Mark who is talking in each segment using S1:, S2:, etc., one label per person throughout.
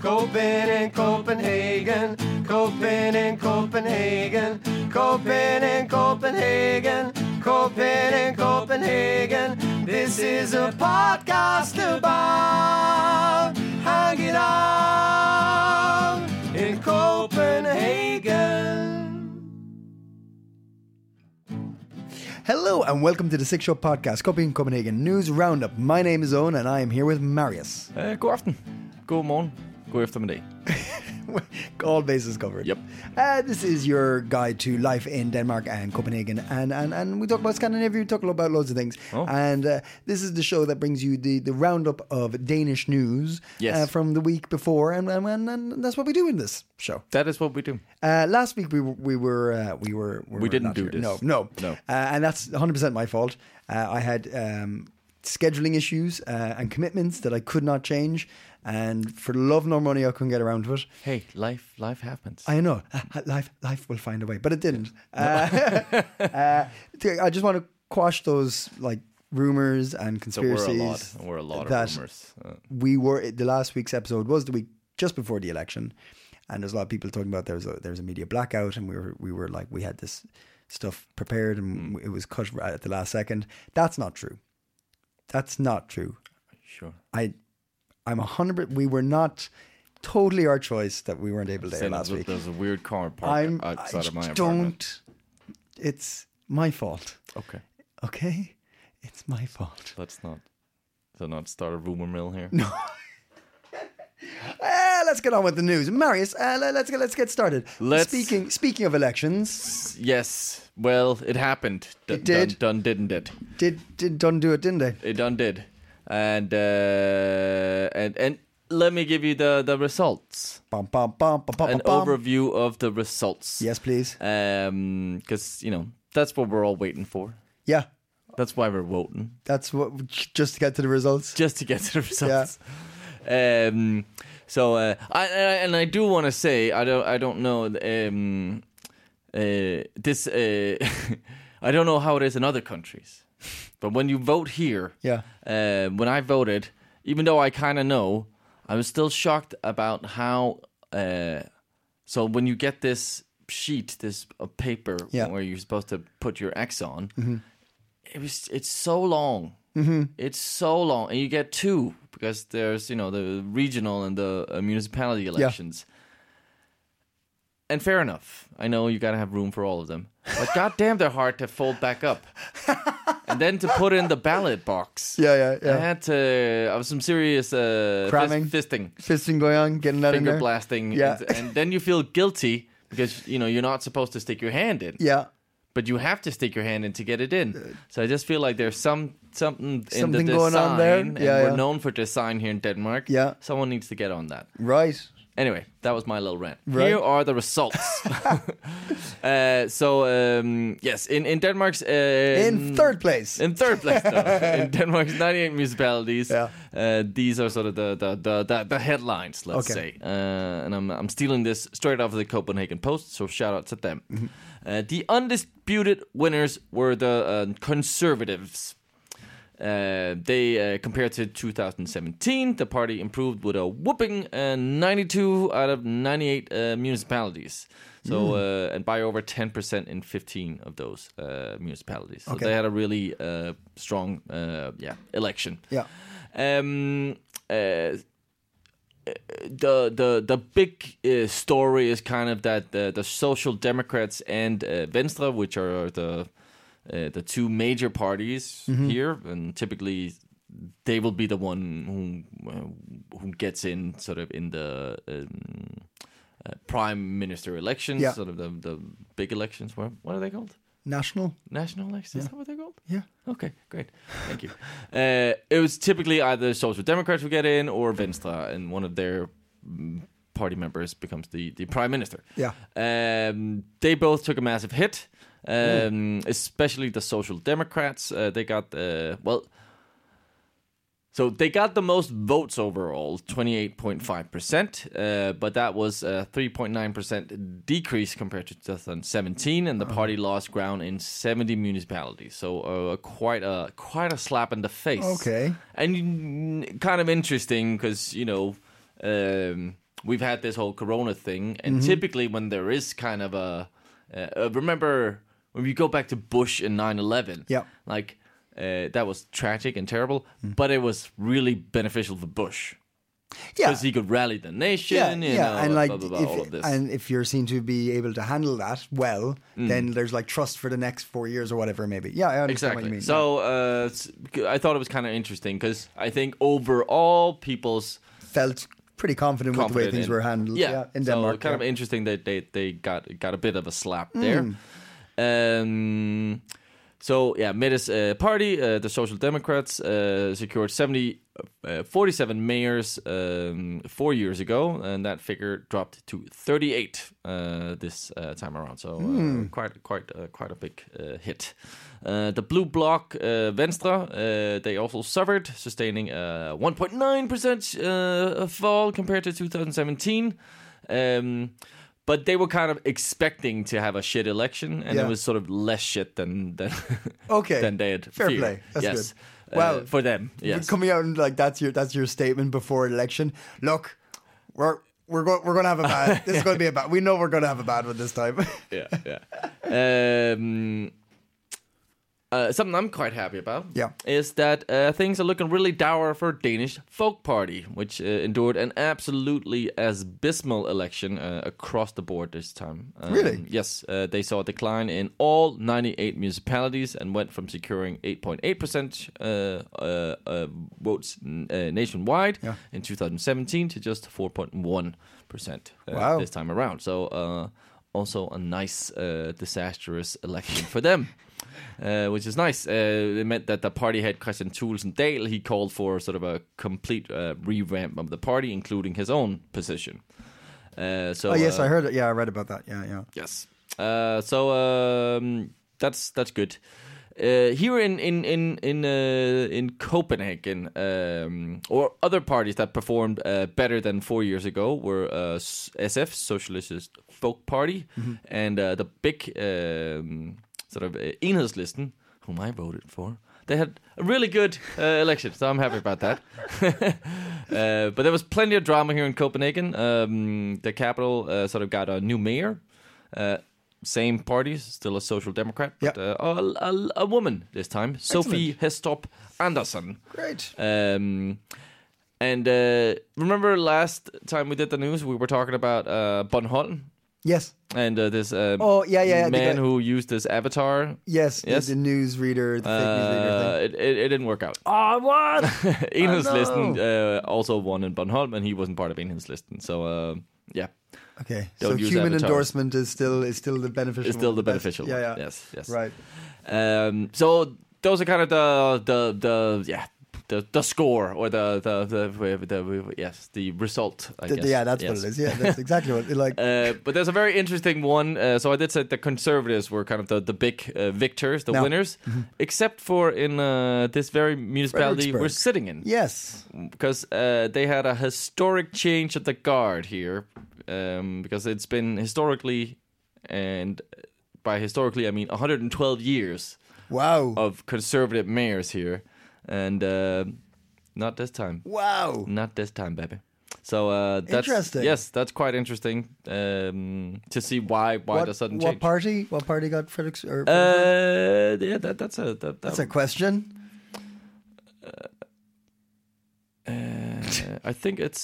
S1: Coping in Copenhagen, coping in Copenhagen, coping in Copenhagen, coping in Copenhagen. This is a podcast about hanging out in Copenhagen.
S2: Hello and welcome to the Six Shop Podcast, copying Copenhagen News Roundup. My name is Owen and I am here with Marius.
S3: Uh, god aften. God morgen. God eftermiddag.
S2: All bases covered.
S3: Yep.
S2: Uh, this is your guide to life in Denmark and Copenhagen, and and, and we talk about Scandinavia. We talk about loads of things,
S3: Oh.
S2: and uh, this is the show that brings you the, the roundup of Danish news
S3: Yes.
S2: uh, from the week before, and, and and and that's what we do in this show.
S3: That is what we do.
S2: Uh, last week we were we were uh, we were we, were
S3: didn't
S2: not
S3: do
S2: here.
S3: this.
S2: No, no,
S3: No.
S2: Uh, and that's 100 percent my fault. Uh, I had um, scheduling issues uh, and commitments that I could not change, and for love nor money I couldn't get around to it.
S3: Hey, life life happens.
S2: I know Uh, life life will find a way, but it didn't. Uh, uh, I just want to quash those like rumors and
S3: so we're a
S2: conspiracies.
S3: lot. We're a lot
S2: that-
S3: of rumors. Uh,
S2: we were the last week's episode was the week just before the election, and there's a lot of people talking about there's a there's a media blackout, and we were we were like we had this stuff prepared and
S3: Mm.
S2: it was cut right at the last second. That's not true. That's not true.
S3: sure.
S2: I I'm a hundred. We were not totally our choice that we weren't able to air
S3: Saying
S2: last
S3: there's,
S2: week.
S3: a, there's a weird car parked
S2: I'm I
S3: outside of my
S2: just don't.
S3: apartment.
S2: It's my fault.
S3: Okay.
S2: Okay, it's my fault.
S3: Let's not let's not start a rumor mill here.
S2: Uh, let's get on with the news, Marius. Uh, le- let's get let's get started.
S3: Let's-
S2: Speaking speaking of elections,
S3: Yes. Well, it happened. D-
S2: It did.
S3: Done, done didn't it?
S2: did did done do it, didn't they?
S3: It done did. And uh, and and let me give you the the results.
S2: Bum, bum, bum, bum, bum,
S3: An
S2: bum, bum.
S3: overview of the results.
S2: Yes, please.
S3: Um, because you know that's what we're all waiting for.
S2: Yeah,
S3: That's why we're voting.
S2: that's what. Just to get to the results.
S3: just to get to the results. Um, so uh, I, I- and I do want to say I don't I don't know um, uh, this uh, I don't know how it is in other countries, but when you vote here,
S2: Yeah.
S3: uh, when I voted, even though I kind of know, I was still shocked about how. Uh, so when you get this sheet, this uh, paper
S2: Yeah.
S3: where you're supposed to put your X on, it was it's so long. It's so long, and you get two because there's you know the regional and the uh, municipality elections. And fair enough, I know you gotta have room for all of them, but goddamn, they're hard to fold back up, and then to put in the ballot box.
S2: Yeah, yeah,
S3: I
S2: yeah.
S3: had to. I was some serious uh, fist-
S2: Cramming.
S3: fisting,
S2: Fisting going on, getting that in
S3: finger
S2: there.
S3: blasting,
S2: Yeah.
S3: and, and then you feel guilty because you know you're not supposed to stick your hand in
S2: Yeah, Uh,
S3: but you have to stick your hand in to get it in. So I just feel like there's some something in
S2: Something
S3: the design,
S2: going on there.
S3: and
S2: Yeah,
S3: we're
S2: yeah.
S3: known for design here in Denmark.
S2: Yeah.
S3: someone needs to get on that.
S2: right.
S3: Anyway, that was my little rant.
S2: Right.
S3: Here are the results. uh, so um, yes, in in Denmark's uh,
S2: In third place.
S3: in third place, though. in Denmark's 98 municipalities,
S2: Yeah.
S3: uh, these are sort of the the, the, the, the headlines, let's
S2: Okay.
S3: say. Uh, and I'm, I'm stealing this straight off of the Copenhagen Post, so shout out to them.
S2: Mm-hmm.
S3: Uh, the undisputed winners were the uh, conservatives. Uh, they uh, compared to 2017, the party improved with a whooping uh, 92 out of 98 uh, municipalities. So uh, and by over 10 percent in 15 of those uh, municipalities. So
S2: Okay.
S3: they had a really uh, strong uh, yeah election.
S2: yeah,
S3: Um, uh, the the the big uh, story is kind of that the, the social democrats and uh, Venstre, which are the uh, the two major parties
S2: Mm-hmm.
S3: here, and typically they will be the one who uh, who gets in sort of in the um, uh, prime minister elections,
S2: Yeah.
S3: sort of the the big elections. What what are they called?
S2: national.
S3: National elections? Is that what they're called?
S2: Yeah,
S3: Okay, great. Thank you. uh, it was typically either Social Democrats would get in or Venstre, and one of their mm, party members becomes the the prime minister.
S2: Yeah.
S3: Um, they both took a massive hit, um, especially the Social Democrats. Uh, they got uh, well. So they got the most votes overall, 28.5%, uh, but that was a 3.9% decrease compared to 2017, and the party lost ground in 70 municipalities. So uh, quite a quite a slap in the face.
S2: Okay.
S3: and mm, kind of interesting because you know um, we've had this whole Corona thing, and
S2: Mm-hmm.
S3: typically when there is kind of a uh, uh, remember when we go back to Bush and 9-11,
S2: Yeah.
S3: like uh, that was tragic and terrible,
S2: Mm.
S3: but it was really beneficial for Bush
S2: Yeah.
S3: because he could rally the nation.
S2: Yeah,
S3: you
S2: yeah,
S3: know,
S2: and
S3: blah,
S2: like,
S3: blah, blah, all of
S2: if,
S3: this.
S2: and if you're seen to be able to handle that well,
S3: Mm.
S2: then there's like trust for the next four years or whatever. Maybe, yeah, I understand what
S3: exactly.
S2: you mean.
S3: So uh, it's- I thought it was kind of interesting because I think overall people's
S2: felt pretty confident, with the way
S3: confident
S2: things
S3: in.
S2: were handled.
S3: Yeah,
S2: Yeah, in Denmark.
S3: So kind of
S2: yeah.
S3: interesting that they they got got a bit of a slap there. Um, so yeah, Mitte's uh, party, uh, the Social Democrats, uh, secured 70, uh, 47 mayors um, four years ago, and that figure dropped to 38 uh, this uh, time around. So uh, quite quite uh, quite a big uh, hit. Uh, the Blue Bloc, uh, Venstre, uh, they also suffered, sustaining uh, a 1.9% uh, fall compared to 2017. Um, but they were kind of expecting to have a shit election, and
S2: Yeah. Oh,
S3: it was sort of less shit than than
S2: Okay.
S3: than they had.
S2: Fair
S3: feared.
S2: play. That's
S3: yes.
S2: good. Well,
S3: Uh, for them, yes.
S2: coming out and like that's your that's your statement before an election. Look, we're we're going we're going to have a bad. This is going to be a bad. We know we're going to have a bad one this time. Oh,
S3: yeah, yeah. Um, uh, something I'm quite happy about
S2: Yeah.
S3: is that uh, things are looking really dour for Danish Folk Party, which uh, endured an absolutely abysmal election uh, across the board this time. Um,
S2: Really?
S3: Yes, uh, they saw a decline in all 98 municipalities and went from securing 8.8% uh, uh, uh, votes n- uh, nationwide
S2: Yeah.
S3: in 2017 to just 4.1% uh,
S2: Wow.
S3: this time around. So uh, also a nice uh, disastrous election for them. Uh, which is nice. Uh, it meant that the party head Christian Thulesen Dale he called for sort of a complete uh, revamp of the party, including his own position. Uh, so
S2: oh yes,
S3: uh,
S2: I heard it. Yeah, I read about that. Yeah, yeah.
S3: Yes. Uh, so um, that's that's good. Uh, here in in in in uh, in Copenhagen, um, or other parties that performed uh, better than four years ago were uh, S- SF Socialist Folk Party and uh, the big um, sort of uh, Enhedslisten, whom I voted for. They had a really good uh, election, so I'm happy about that. uh, but there was plenty of drama here in Copenhagen. Um, the capital uh, sort of got a new mayor. Uh, same party, still a social democrat, but
S2: Yep.
S3: uh, a, a, a woman this time, Sophie Hestop Andersen.
S2: Great.
S3: Um, and uh, remember last time we did the news, we were talking about uh, Bonholm
S2: Yes,
S3: and uh, this uh,
S2: Oh, yeah, yeah, yeah, the
S3: man
S2: guy-
S3: who used this avatar.
S2: yes. the-
S3: Yes.
S2: The, news reader, the fake news reader
S3: Uh,
S2: thing. Ah,
S3: it, it, it didn't work out. Oh, what? Enhedslisten uh, also won in Bonholm, and he wasn't part of Enhedslisten. So, uh, yeah,
S2: Okay, so
S3: don't use
S2: human
S3: avatars.
S2: endorsement is still is still the beneficial.
S3: it's still
S2: one.
S3: the
S2: That's-
S3: beneficial.
S2: Yeah,
S3: one.
S2: yeah.
S3: Yes, yes.
S2: Right.
S3: Um, so those are kind of the the the yeah the the score or the the the, the, yes the result. I
S2: Th-
S3: guess.
S2: yeah, that's
S3: Yes.
S2: what it is. Yeah, that's exactly what. It, like,
S3: Uh, but there's a very interesting one. Uh, so I did say the conservatives were kind of the, the big uh, victors, the
S2: No.
S3: winners,
S2: mm-hmm.
S3: except for in uh, this very municipality we're
S2: Frederiksberg.
S3: sitting in
S2: yes.
S3: because uh, they had a historic change of the guard here, um, because it's been historically, and by historically I mean 112 years
S2: Wow.
S3: of conservative mayors here, and uh, not this time,
S2: wow.
S3: not this time, baby. So uh, that's
S2: Interesting.
S3: Yes, that's quite interesting um, to see why why
S2: what,
S3: the sudden
S2: what
S3: change.
S2: party? What party got Fredericks? Or
S3: uh, yeah, that, that's a that, that,
S2: that's a question.
S3: uh, I think it's.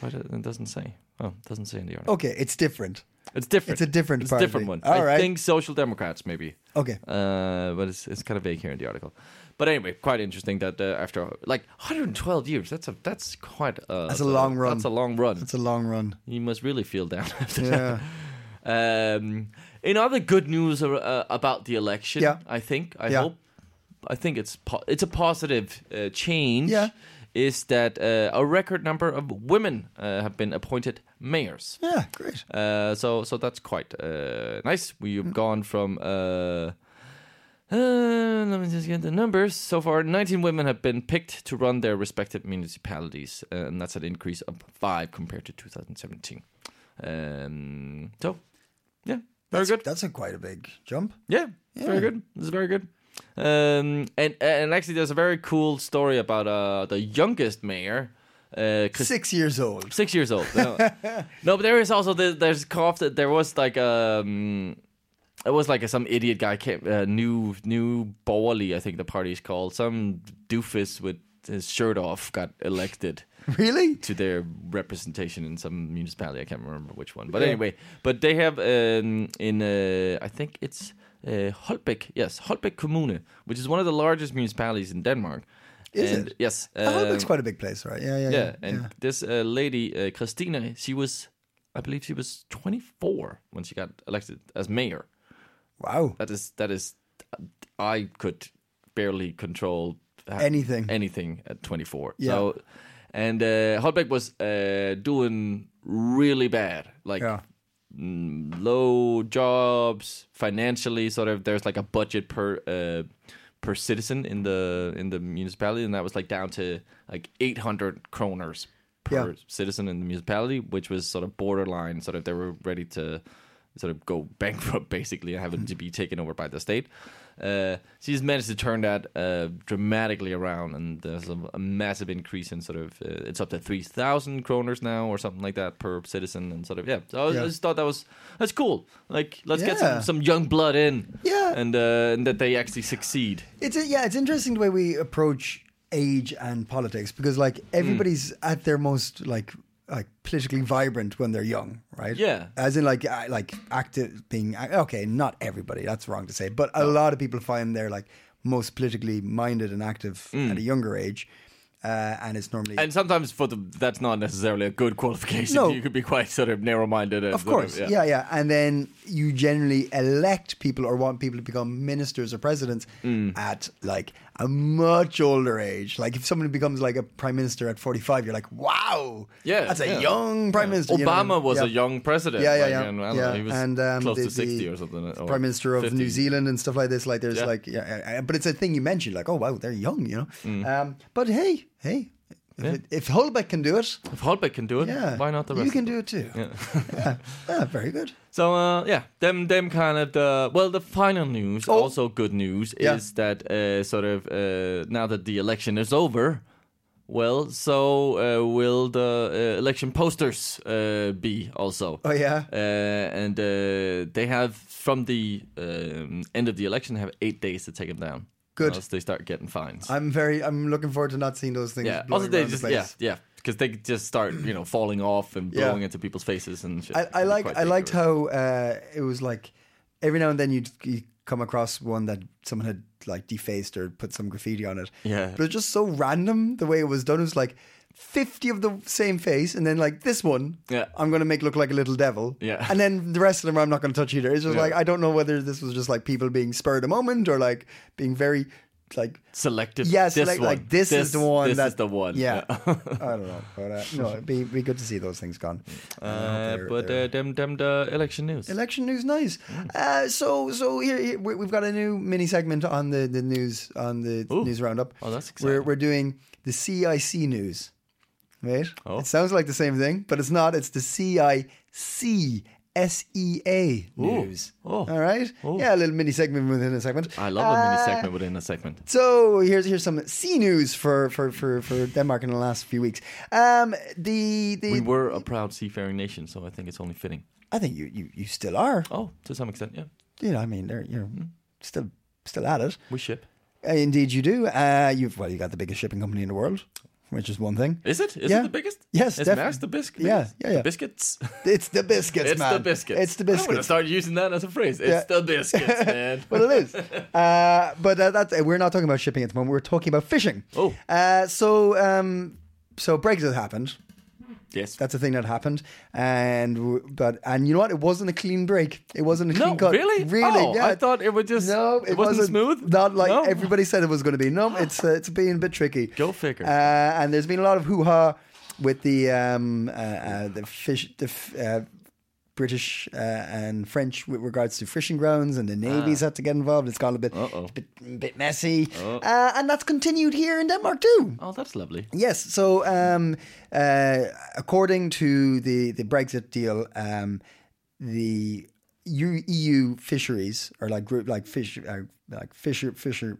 S3: Why do- It doesn't say. Oh, it doesn't say in the article.
S2: Okay, it's different.
S3: It's different.
S2: It's a different
S3: It's a
S2: party.
S3: different one.
S2: All
S3: I
S2: right.
S3: think social democrats maybe.
S2: Okay.
S3: Uh, but it's it's kind of vague here in the article. But anyway, quite interesting that uh, after like 112 years, that's a that's quite a
S2: That's a long run.
S3: That's a long run.
S2: It's a long run.
S3: you must really feel down after
S2: Yeah.
S3: that. Um, in other good news uh, uh, about the election,
S2: Yeah.
S3: I think I
S2: Yeah.
S3: hope I think it's po- it's a positive uh, change.
S2: Yeah.
S3: is that uh, a record number of women uh, have been appointed mayors.
S2: Yeah, great.
S3: Uh, so so that's quite uh, nice. We've gone from uh, uh, let me just get the numbers. So far, 19 women have been picked to run their respective municipalities, uh, and that's an increase of five compared to 2017. Um, so, yeah, very
S2: That's-
S3: good.
S2: That's a quite a big jump.
S3: Yeah, it's very
S2: Yeah.
S3: good. This is very good. Um, and and actually, there's a very cool story about uh, the youngest mayor, uh, Chris-
S2: Six years old.
S3: six years old. No, No, but there is also the, there's cough that there was like um, it was like some idiot guy came uh, new new Borley, I think the party is called some doofus with his shirt off got elected
S2: Really?
S3: to their representation in some municipality. I can't remember which one, but anyway, but they have um, in uh, I think it's uh, Holbæk, yes, Holbæk Kommune, which is one of the largest municipalities in Denmark.
S2: Is
S3: and,
S2: it?
S3: Yes,
S2: I hope
S3: um,
S2: it's quite a big place, right? Yeah, yeah, yeah.
S3: yeah, and this uh, lady uh, Christina, she was, I believe, she was 24 when she got elected as mayor.
S2: Wow.
S3: That is that is, I could barely control ha-
S2: Anything.
S3: anything at 24.
S2: Yeah.
S3: So, and uh, Holbeck was uh, doing really bad, like
S2: Yeah.
S3: mm, low jobs financially. Sort of, there's like a budget per. Uh, Per citizen in the in the municipality, and that was like down to like 800 kroners per
S2: Yeah.
S3: citizen in the municipality, which was sort of borderline. Sort of, they were ready to sort of go bankrupt, basically, and have it to
S2: Mm.
S3: be taken over by the state. Uh, she's managed to turn that uh, dramatically around, and there's a, a massive increase in sort of uh, it's up to three thousand kroners now, or something like that per citizen, and sort of yeah. So I, was- I
S2: Yeah.
S3: just thought that was that's cool. Like, let's get
S2: Yeah.
S3: some, some young blood in,
S2: Yeah.
S3: and uh, and that they actually succeed.
S2: It's a, yeah, it's interesting the way we approach age and politics because like everybody's at their most like like politically vibrant when they're young, right?
S3: Yeah.
S2: As in like I- like active being okay, not everybody. That's wrong to say, but a lot of people find they're like most politically minded and active at a younger age, uh, and it's normally
S3: And sometimes for the, that's not necessarily a good qualification.
S2: No.
S3: You could be quite sort of narrow-minded. and
S2: Of
S3: sort
S2: course, yeah. yeah, And then you generally elect people or want people to become ministers or presidents
S3: Mm.
S2: at like a much older age. Like if someone becomes like a prime minister at 45, you're like, wow,
S3: Yeah,
S2: that's a
S3: yeah.
S2: young prime minister. you
S3: Obama
S2: know what I mean?
S3: was
S2: Yeah.
S3: a young president.
S2: Yeah, yeah,
S3: like,
S2: yeah.
S3: And, I don't
S2: yeah.
S3: Know, he was
S2: and um,
S3: close
S2: the,
S3: to sixty
S2: the
S3: or something. or
S2: prime minister of
S3: 50.
S2: New Zealand and stuff like this. Like there's
S3: Yeah.
S2: like, yeah, yeah, yeah, but it's a thing you mentioned. Like, oh wow, they're young, you know.
S3: Mm.
S2: Um, but hey, hey, if, it, if Holbeck can do it,
S3: If Holbeck can do it,
S2: yeah,
S3: why not the rest?
S2: You can
S3: of them?
S2: do it too. yeah, yeah very good.
S3: So uh, yeah, them them kind of the well, the final news,
S2: Oh.
S3: also good news,
S2: Yeah.
S3: is that uh, sort of uh, now that the election is over, well, so uh, will the uh, election posters uh, be also?
S2: Oh yeah.
S3: Uh, and uh, they have from the um, end of the election have eight days to take them down.
S2: Good.
S3: Unless they start getting fines.
S2: I'm very. I'm looking forward to not seeing those things.
S3: Yeah.
S2: blowing
S3: Also, they
S2: around the
S3: just
S2: place.
S3: yeah yeah because they just start you know falling off and
S2: Yeah.
S3: blowing into people's faces and shit.
S2: I, I
S3: It's
S2: like.
S3: quite
S2: I liked
S3: dangerous.
S2: how uh, it was like every now and then you'd you come across one that someone had like defaced or put some graffiti on it.
S3: Yeah.
S2: But it's just so random the way it was done. It was like. 50 of the same face and then like this one
S3: Yeah.
S2: I'm going to make look like a little devil
S3: Yeah.
S2: and then the rest of them I'm not going to touch either it's just
S3: Yeah.
S2: like I don't know whether this was just like people being spurred a moment or like being very like
S3: selected.
S2: Yes,
S3: this
S2: like,
S3: one.
S2: like this, is the one.
S3: This
S2: that,
S3: is the one.
S2: Yeah, I don't know, but uh, no, it'd be, be good to see those things gone.
S3: Uh,
S2: They're-
S3: but
S2: they're-
S3: uh, Hmm. them them the election news.
S2: election news, nice. Uh, so so here, here we- we've got a new mini segment on the, the news on the
S3: Ooh.
S2: news roundup.
S3: Oh, that's
S2: We're
S3: exciting.
S2: we're doing the CIC news, right?
S3: Oh.
S2: It sounds like the same thing, but it's not. It's the CIC. SEA E news.
S3: Oh.
S2: All right. Yeah, a little mini segment within a segment.
S3: I love a mini
S2: Uh,
S3: segment within a segment.
S2: So here's here's some sea news for for for, for Denmark in the last few weeks. Um, the the
S3: We were a proud seafaring nation, so I think it's only fitting.
S2: I think you, you you still are.
S3: Oh, to some extent, yeah.
S2: You know, I mean, they're, you're still still at it.
S3: We ship.
S2: Uh, Indeed, you do. Uh, you've well, you got the biggest shipping company in the world, which is one thing.
S3: Is it? Is
S2: Yeah.
S3: it the biggest?
S2: Yes,
S3: Is
S2: defi-
S3: Maersk the biscuit?
S2: Yeah,
S3: biggest?
S2: yeah, yeah.
S3: The biscuits.
S2: It's the biscuits,
S3: It's
S2: man.
S3: the biscuits.
S2: It's the
S3: I'm gonna
S2: biscuits.
S3: start using that as a phrase. It's
S2: Yeah.
S3: the biscuits, man.
S2: well, it is. Uh, but uh, that's, uh, we're not talking about Uh, shipping at the moment. We're talking about fishing.
S3: Oh.
S2: Uh, so, um, so Brexit happened.
S3: Yes.
S2: That's a thing that happened, and w- but and you know what? It wasn't a clean break. It wasn't a
S3: No,
S2: clean cut.
S3: really?
S2: really.
S3: Oh,
S2: yeah.
S3: I thought it would just-
S2: No,
S3: it wasn't smooth?
S2: Not like
S3: No?
S2: everybody said it was going to be. No, it's uh, it's being a bit tricky.
S3: Go figure.
S2: Uh, and there's been a lot of hoo ha with the um uh, uh, the fish the. F- uh, British uh, and French with regards to fishing grounds, and the navies had to get involved. It's gone a bit,
S3: Ah. Uh-oh.
S2: bit, bit messy, uh, and that's continued here in Denmark too.
S3: oh, that's lovely.
S2: Yes. So, um, uh, according to the, the Brexit deal, um, the U- EU fisheries or like group like fish uh, like fisher fisher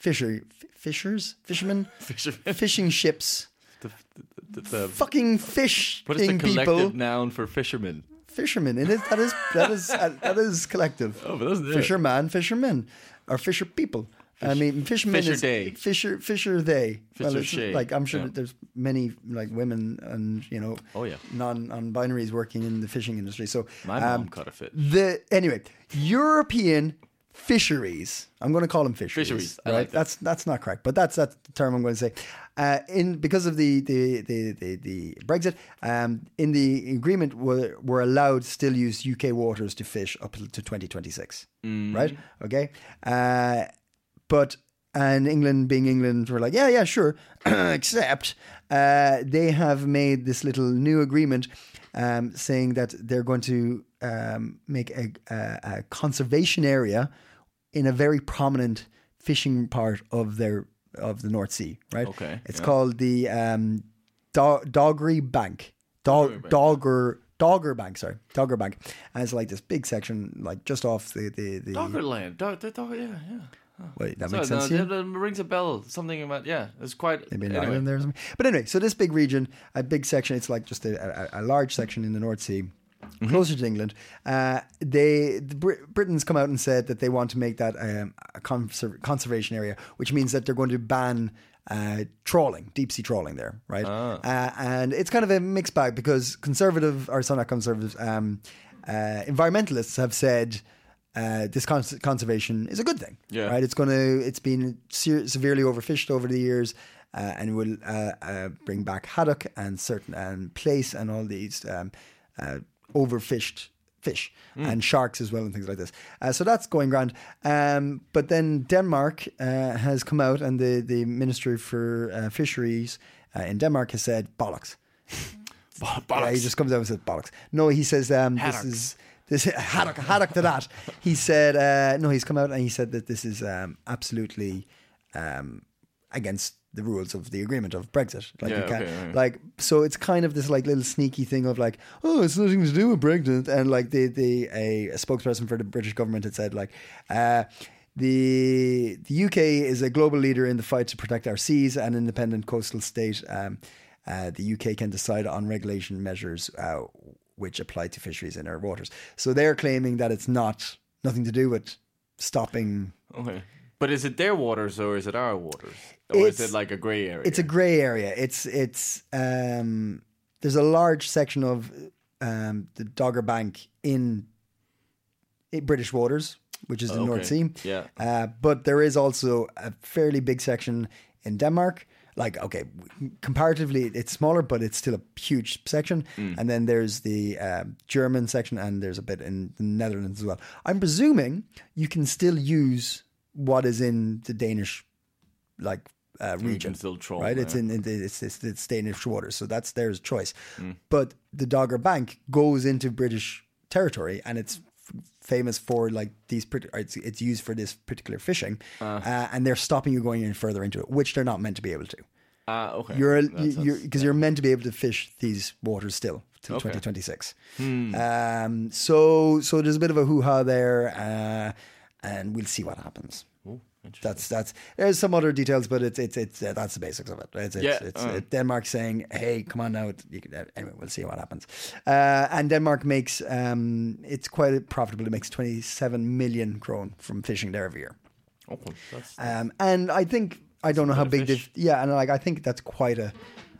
S2: fisher f- fishers fishermen
S3: Fishermen.
S2: fishing ships
S3: The, the, the, the,
S2: fucking
S3: what is the
S2: fishing
S3: collective
S2: people
S3: noun for fishermen?
S2: fishermen. It is that is that is uh, that is collective.
S3: Oh, but that's it.
S2: fisherman, fishermen, or fisher people. I mean, fishermen
S3: Fisher
S2: is
S3: day.
S2: fisher fisher they.
S3: Fisher
S2: it's
S3: shay,
S2: like I'm sure that
S3: yeah.
S2: there's many like women and you know,
S3: Oh, yeah.
S2: non non binaries working in the fishing industry. So
S3: My
S2: um,
S3: mom cut a fish.
S2: the anyway, European fisheries. I'm going to call them fisheries.
S3: Fisheries, I
S2: right?
S3: like that.
S2: that's that's not correct, but that's that's the term I'm going to say. Uh, in because of the the the the, the Brexit, um, in the agreement were were allowed still use UK waters to fish up to 2026.
S3: Mm.
S2: Right? Okay. Uh, but and England being England were like, yeah, yeah, sure. Except uh, they have made this little new agreement um, saying that they're going to um, make a, a, a conservation area in a very prominent fishing part of their of the North Sea. Right?
S3: Okay,
S2: It's
S3: yeah.
S2: called the um, Do- Doggery Bank. Dog, Dogger. Dogger Bank, sorry, Dogger Bank, and it's like this big section, like just off the the, the
S3: Doggerland. Dog, dog, dog, yeah, yeah.
S2: Wait, that
S3: So,
S2: makes
S3: no,
S2: sense. to you?
S3: it- it rings a bell. Something about yeah. It's quite.
S2: Maybe an
S3: anyway.
S2: island there or something. But anyway, so this big region, a big section, it's like just a, a, a large section in the North Sea,
S3: Mm-hmm.
S2: closer to England. Uh, they the Brit- Britain's come out and said that they want to make that um, a conser- conservation area, which means that they're going to ban. Uh, trawling, deep sea trawling there, right?
S3: Ah.
S2: Uh, and it's kind of a mixed bag because conservative, or sorry, not conservatives, um, uh, environmentalists have said uh, this cons- conservation is a good thing,
S3: Yeah.
S2: right? It's going to. It's been se- severely overfished over the years, uh, and will uh, uh, bring back haddock and certain and place and all these um, uh, overfished fish and sharks as well and things like this. Uh, so that's going grand. Um, but then Denmark uh, has come out, and the the Ministry for uh, Fisheries uh, in Denmark has said bollocks.
S3: Bo-
S2: Yeah, he
S3: bollocks.
S2: just comes out and says bollocks. No, he says um, this
S3: Haddock.
S2: is this haddock haddock to that. He said uh, no. He's come out and he said that this is um, absolutely um, against the rules of the agreement of Brexit. Like
S3: Yeah,
S2: you can't,
S3: okay, yeah.
S2: like so it's kind of this like little sneaky thing of like oh it's nothing to do with Brexit and like the the a, a spokesperson for the British government had said like. Uh, the, the UK is a global leader in the fight to protect our seas, an independent coastal state. Um, uh, the UK can decide on regulation measures uh, which apply to fisheries in our waters. So they're claiming that it's not nothing to do with stopping
S3: Okay. But is it their waters or is it our waters? Or is
S2: It's-
S3: it like a grey area?
S2: it's a gray area. It's it's um, there's a large section of um, the Dogger Bank in, in British waters, which is the North
S3: okay.
S2: Sea.
S3: Yeah.
S2: Uh, but there is also a fairly big section in Denmark. Like okay, comparatively it's smaller, but it's still a huge section. And then there's the uh, German section, and there's a bit in the Netherlands as well. I'm presuming you can still use what is in the Danish like uh,
S3: You
S2: region
S3: can still troll.
S2: right? It's
S3: yeah.
S2: in, in the- it's, it's it's Danish waters, so that's their choice.
S3: Mm.
S2: But the Dogger Bank goes into British territory, and it's f- famous for like these. pret- or It's it's used for this particular fishing, uh. and they're stopping you going any further into it, which they're not meant to be able to.
S3: Ah, okay.
S2: You're
S3: That
S2: because
S3: sounds-
S2: you, are you're meant to be able to fish these waters still till
S3: Okay. Hmm.
S2: 2026. Um, so so there's a bit of a hoo ha there, uh, and we'll see what happens. That's that's there's some other details, but it's it's it's uh, that's the basics of it. It's, it's,
S3: Yeah,
S2: it's
S3: uh.
S2: uh, Denmark saying, "Hey, come on now." You can, uh, anyway, we'll see what happens. Uh, and Denmark makes um, it's quite profitable. It makes 27 million krone from fishing there every year.
S3: Okay, that's-
S2: Uh, Um, and I think I don't know how
S3: quite a
S2: big the
S3: fish.
S2: yeah, and like I think that's quite a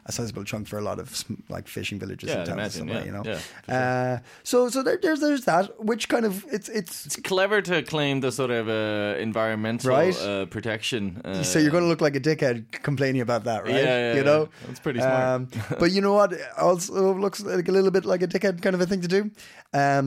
S2: a sizable chunk for a lot of sm- like fishing villages
S3: Yeah,
S2: and
S3: I'd
S2: towns and stuff
S3: imagine,
S2: like,
S3: yeah,
S2: you know.
S3: yeah,
S2: uh, so so there, there's there's that, which kind of it's it's.
S3: It's clever to claim the sort of uh, environmental
S2: Right.
S3: uh, protection. Uh,
S2: so you're going to look like a dickhead complaining about that, right?
S3: Yeah, yeah,
S2: you know, Um,
S3: yeah. That's pretty smart.
S2: but you know what? Also looks like a little bit like a dickhead kind of a thing to do. Um,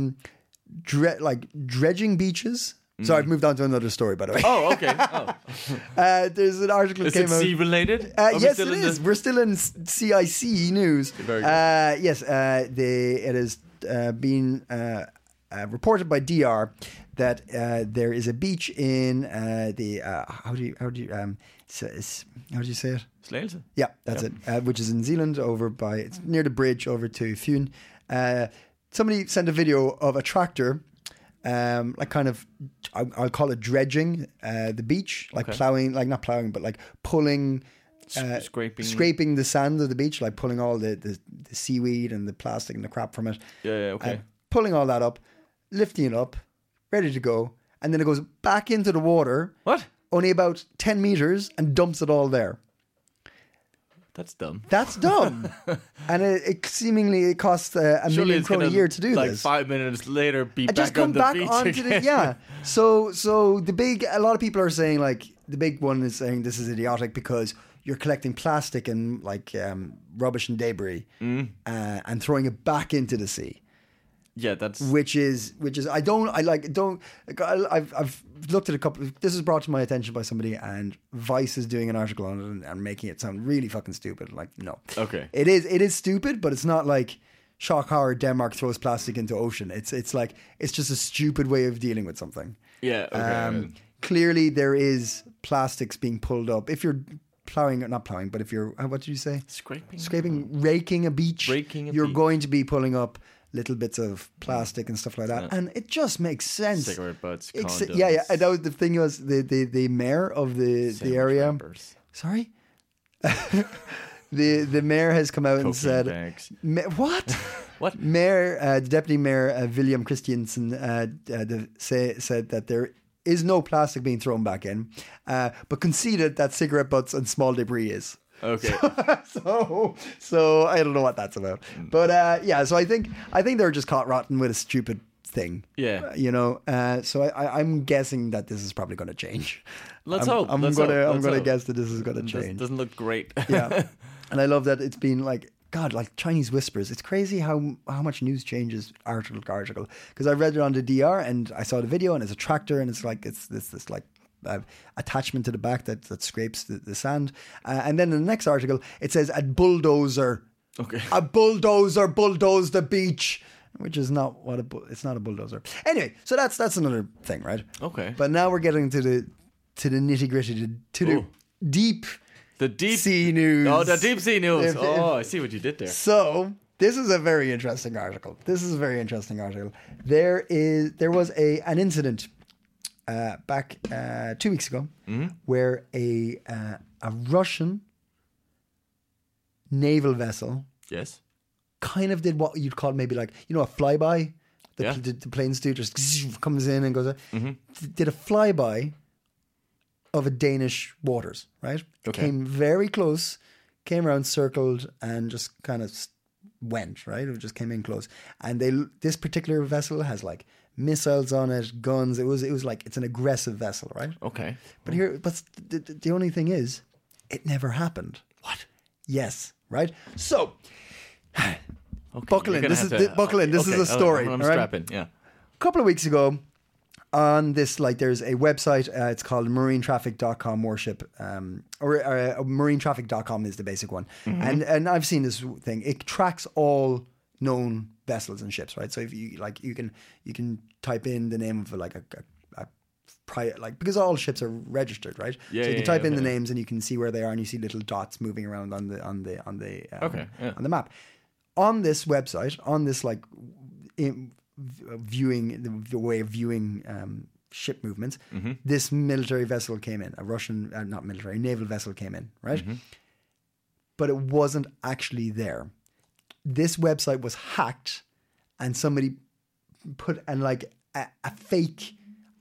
S2: dre- like dredging beaches. So I've moved on to another story, by the way.
S3: Mm. Oh, okay. Oh.
S2: Uh, there's an article
S3: Is
S2: that
S3: it
S2: came out.
S3: sea related?
S2: Uh,
S3: Are we
S2: yes, it
S3: still in
S2: is.
S3: the-
S2: We're still in s- CIC news.
S3: Very good.
S2: Uh, yes, uh, they, it has uh, been uh, uh, reported by DR that uh, there is a beach in uh, the uh, how do you how do you um, s- s- how do you say it?
S3: Slagelse.
S2: Yeah, that's it. Uh, which is in Zealand, over by it's near the bridge over to Fune. Uh, somebody sent a video of a tractor, um, like kind of, I- I'll call it dredging uh, the beach, like plowing, like not plowing, but like pulling. Uh,
S3: scraping.
S2: scraping the sand of the beach, like pulling all the, the, the seaweed and the plastic and the crap from it,
S3: Yeah, yeah, okay.
S2: uh, pulling all that up, lifting it up, ready to go, and then it goes back into the water,
S3: what?
S2: only about ten meters, and dumps it all there.
S3: That's dumb.
S2: That's dumb. and it, it seemingly it costs uh, a
S3: Surely
S2: million
S3: it's
S2: krone a
S3: gonna,
S2: year to do
S3: like
S2: this.
S3: five minutes later, be
S2: and
S3: back
S2: just come
S3: on the
S2: back
S3: beach
S2: onto the
S3: again.
S2: yeah. So so the big a lot of people are saying like the big one is saying this is idiotic because you're collecting plastic and like um, rubbish and debris
S3: Mm.
S2: uh, and throwing it back into the sea
S3: Yeah, that's
S2: which is which is I don't I like don't like, I- I've I've looked at a couple. This was brought to my attention by somebody, and Vice is doing an article on it and, and making it sound really fucking stupid. Like no,
S3: Okay.
S2: it is it is stupid, but it's not like shock horror. Denmark throws plastic into ocean. It's it's like it's just a stupid way of dealing with something.
S3: yeah. Okay.
S2: Um, clearly, there is plastics being pulled up. If you're plowing, not plowing, but if you're uh, what did you say?
S3: scraping.
S2: scraping, raking a beach,
S3: Raking a
S2: you're
S3: beach.
S2: going to be pulling up little bits of plastic and stuff like that, and it just makes sense.
S3: Cigarette butts,
S2: Ex- yeah, yeah.
S3: condoms.
S2: And that was the thing was the the, the mayor of the the
S3: Sandwich
S2: area.
S3: wrappers.
S2: Sorry. the the mayor has come out and
S3: Cocaine
S2: said,
S3: bags.
S2: Ma- "What?
S3: What?
S2: Mayor, uh, deputy mayor uh, William Christiansen uh, d- uh, the, say, said that there is no plastic being thrown back in, uh, but conceded that cigarette butts and small debris is."
S3: Okay.
S2: so so I don't know what that's about.
S3: Mm.
S2: But uh, yeah, so I think I think they're just caught rotten with a stupid thing.
S3: Yeah.
S2: you know. Uh, so I, I, I'm guessing that this is probably going to change.
S3: Let's
S2: I'm,
S3: hope.
S2: I'm
S3: Let's
S2: gonna
S3: hope.
S2: I'm
S3: Let's
S2: gonna
S3: hope.
S2: guess that this is going to
S3: Does,
S2: change.
S3: doesn't look great.
S2: yeah, and I love that it's been like. God, like Chinese whispers. It's crazy how how much news changes article to article. Because I read it on the DR and I saw the video and it's a tractor and it's like it's this this like uh, attachment to the back that that scrapes the, the sand. Uh, and then in the next article it says a bulldozer
S3: Okay.
S2: a bulldozer bulldozed the beach, which is not what a bu- it's not a bulldozer. Anyway, so that's that's another thing, right?
S3: Okay.
S2: But now we're getting to the to the nitty gritty, to, to the
S3: Ooh.
S2: deep
S3: The deep
S2: sea news.
S3: Oh, the deep sea news.
S2: If- if-
S3: oh, I see what you did there.
S2: So this is a very interesting article. This is a very interesting article. There is there was a an incident uh, back uh, two weeks ago
S3: Mm-hmm.
S2: where a uh, a Russian naval vessel
S3: Yes.
S2: kind of did what you'd call maybe like you know a flyby. The,
S3: Yeah. Mm-hmm.
S2: the, the planes do just zzz, comes in and goes. out. Did a flyby of a Danish waters, right?
S3: Okay.
S2: Came very close, came around, circled, and just kind of s- went right. It just came in close, and they this particular vessel has like missiles on it, guns. It was it was like it's an aggressive vessel, right?
S3: Okay.
S2: But here, but the, the, the only thing is, it never happened. What? Yes, right. So, buckle
S3: You're
S2: in.
S3: gonna
S2: This is
S3: have
S2: the,
S3: to-
S2: buckle in. This
S3: okay,
S2: is a story.
S3: I'm, I'm
S2: all right?
S3: strapping. Yeah.
S2: A couple of weeks ago, on this like there's a website. Uh, it's called marinetraffic.com worship, um, or uh, marinetraffic.com is the basic one. And and I've seen this thing. It tracks all known vessels and ships, right? So if you like, you can you can type in the name of like a. a, a prior like because all ships are registered right
S3: Yeah,
S2: so you
S3: yeah,
S2: can type
S3: yeah,
S2: in the
S3: okay.
S2: names and you can see where they are and you see little dots moving around on the on the on the um,
S3: Okay, yeah.
S2: on the map on this website on this like in, v- viewing the, the way of viewing um, ship movements
S3: Mm-hmm.
S2: this military vessel came in a russian uh, not military naval vessel came in right
S3: Mm-hmm.
S2: but it wasn't actually there this website was hacked and somebody put and like a, a fake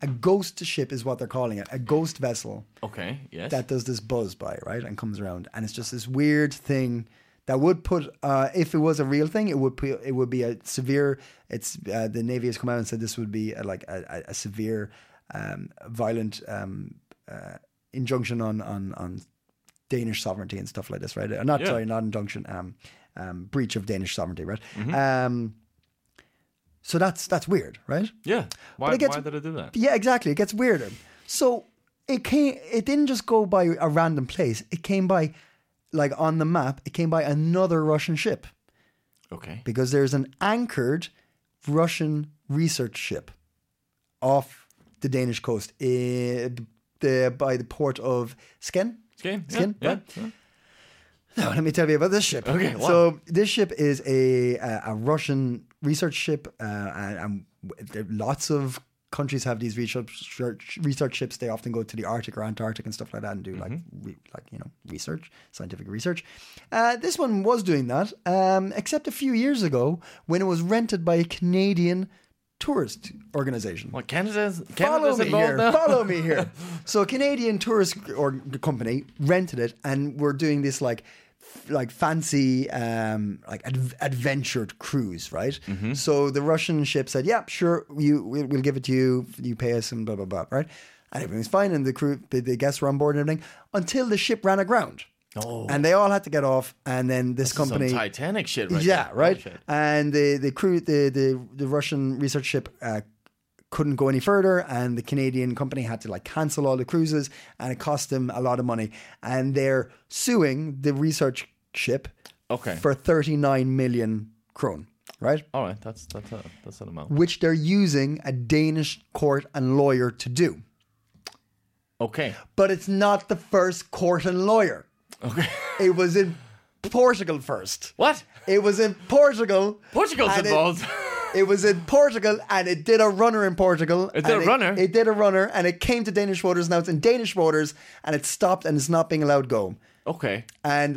S2: a ghost ship is what they're calling it a ghost vessel
S3: Okay. Yes.
S2: that does this buzz by right and comes around and it's just this weird thing that would put, uh, if it was a real thing, it would put, it would be a severe. It's uh, the navy has come out and said this would be a, like a, a, a severe, um, violent um, uh, injunction on on on Danish sovereignty and stuff like this, right? Uh, Not
S3: Yeah.
S2: sorry, not injunction, um, um, breach of Danish sovereignty, right?
S3: Mm-hmm.
S2: Um, so that's that's weird, right?
S3: Yeah. Why,
S2: it gets-
S3: why did I do that?
S2: Yeah, exactly. It gets weirder. So it came. It didn't just go by a random place. It came by, like on the map, it came by another Russian ship
S3: Okay.
S2: because there's an anchored Russian research ship off the Danish coast, eh, the, by the port of Sken.
S3: Skin.
S2: Skin,
S3: Yeah.
S2: right?
S3: yeah.
S2: Now, let me tell you about this ship.
S3: Okay, wow.
S2: So this ship is a a, a Russian research ship, uh, and, and w- there, lots of countries have these research research ships. They often go to the Arctic or Antarctic and stuff like that and do like
S3: Mm-hmm.
S2: re, like you know research, scientific research. Uh, this one was doing that, um, except a few years ago when it was rented by a Canadian tourist organization
S3: Well, Canada's,
S2: follow
S3: Canada's
S2: me
S3: involved
S2: here.
S3: now.
S2: Follow me here. So a Canadian tourist or company rented it, and we're doing this like f- like fancy um like ad- adventure cruise right so the russian ship said yeah sure you we'll, we'll give it to you you pay us and blah blah blah right and everything's fine and the crew the, the guests were on board and everything until the ship ran aground
S3: Oh.
S2: and they all had to get off and then this company
S3: Some Titanic shit right
S2: yeah,
S3: there.
S2: right.
S3: Bullshit.
S2: And the the crew, the the, the Russian research ship uh, couldn't go any further, and the Canadian company had to like cancel all the cruises, and it cost them a lot of money. And they're suing the research ship
S3: Okay.
S2: for thirty nine million kron, right?
S3: All right. That's, that's, a, that's an amount.
S2: Which they're using a Danish court and lawyer to do.
S3: Okay.
S2: But it's not the first court and lawyer.
S3: Okay.
S2: It was in Portugal first.
S3: what?
S2: It was in Portugal.
S3: Portugal's
S2: and it-
S3: involved.
S2: It was in Portugal and it did a runner in Portugal.
S3: It did
S2: and
S3: a runner?
S2: It did a runner and it came to Danish waters. Now it's in Danish waters and it stopped and it's not being allowed go.
S3: okay.
S2: And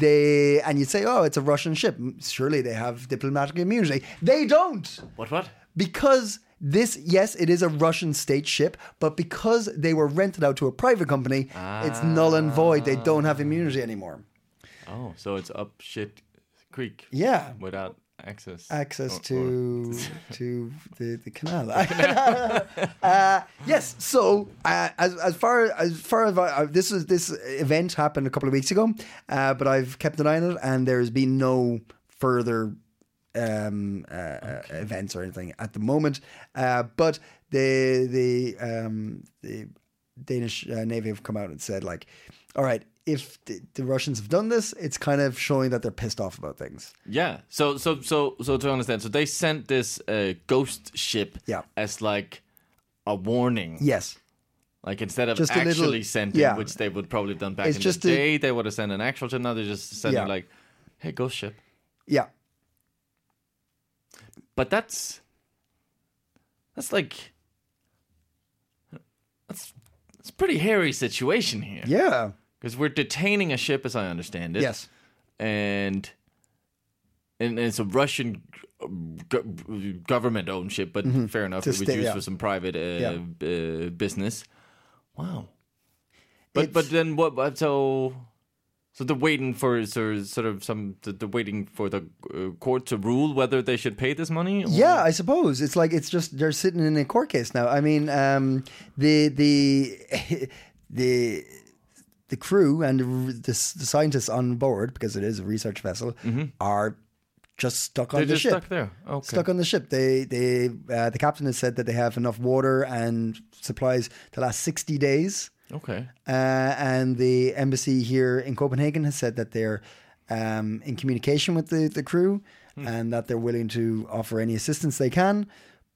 S2: they and you'd say, oh, it's a Russian ship. Surely they have diplomatic immunity. They don't
S3: What, what?
S2: because this yes it is a russian state ship but because they were rented out to a private company it's null and void they don't have immunity anymore
S3: Oh, so it's up shit creek.
S2: yeah
S3: Without access.
S2: access
S3: Or- or-
S2: to to the, Uh, the canal. uh, yes. So uh, as as far as far as I, I- this is this event happened a couple of weeks ago, uh, but I've kept an eye on it, and there has been no further um, uh, uh events or anything at the moment. Uh, but the the um, the Danish uh, Navy have come out and said like, all right. If the, the Russians have done this, it's kind of showing that they're pissed off about things.
S3: Yeah. So so so so to understand, so they sent this uh, ghost ship
S2: Yeah.
S3: as like a warning.
S2: Yes.
S3: Like instead of
S2: Just a
S3: actually
S2: little-
S3: sending,
S2: yeah.
S3: which they would probably have done back
S2: It's
S3: in
S2: just
S3: the
S2: a-
S3: day, they would have sent an actual ship. Now they're just sending
S2: Yeah.
S3: like, hey, ghost ship.
S2: Yeah.
S3: But that's that's like that's it's a pretty hairy situation here.
S2: Yeah.
S3: Because we're detaining a ship, as I understand it.
S2: Yes.
S3: and and it's a Russian go- government owned ship, but fair
S2: Mm-hmm.
S3: enough,
S2: To
S3: it was
S2: stay-
S3: used
S2: yeah.
S3: for some private uh,
S2: Yeah.
S3: b- uh, business. Wow, but
S2: It's-
S3: but then what? but So so they're waiting for so, sort of some they're waiting for the uh, court to rule whether they should pay this money. Or,
S2: Yeah, I suppose it's like it's just they're sitting in a court case now. I mean, um, the the the the crew and the, the scientists on board because it is a research vessel are just stuck on
S3: Mm-hmm. they're
S2: the
S3: just
S2: ship.
S3: stuck there. Okay,
S2: Stuck on the ship. They, they, uh, the captain has said that they have enough water and supplies to last sixty days.
S3: okay.
S2: Uh, and the embassy here in Copenhagen has said that they're um, in communication with the, the crew
S3: Hmm.
S2: and that they're willing to offer any assistance they can.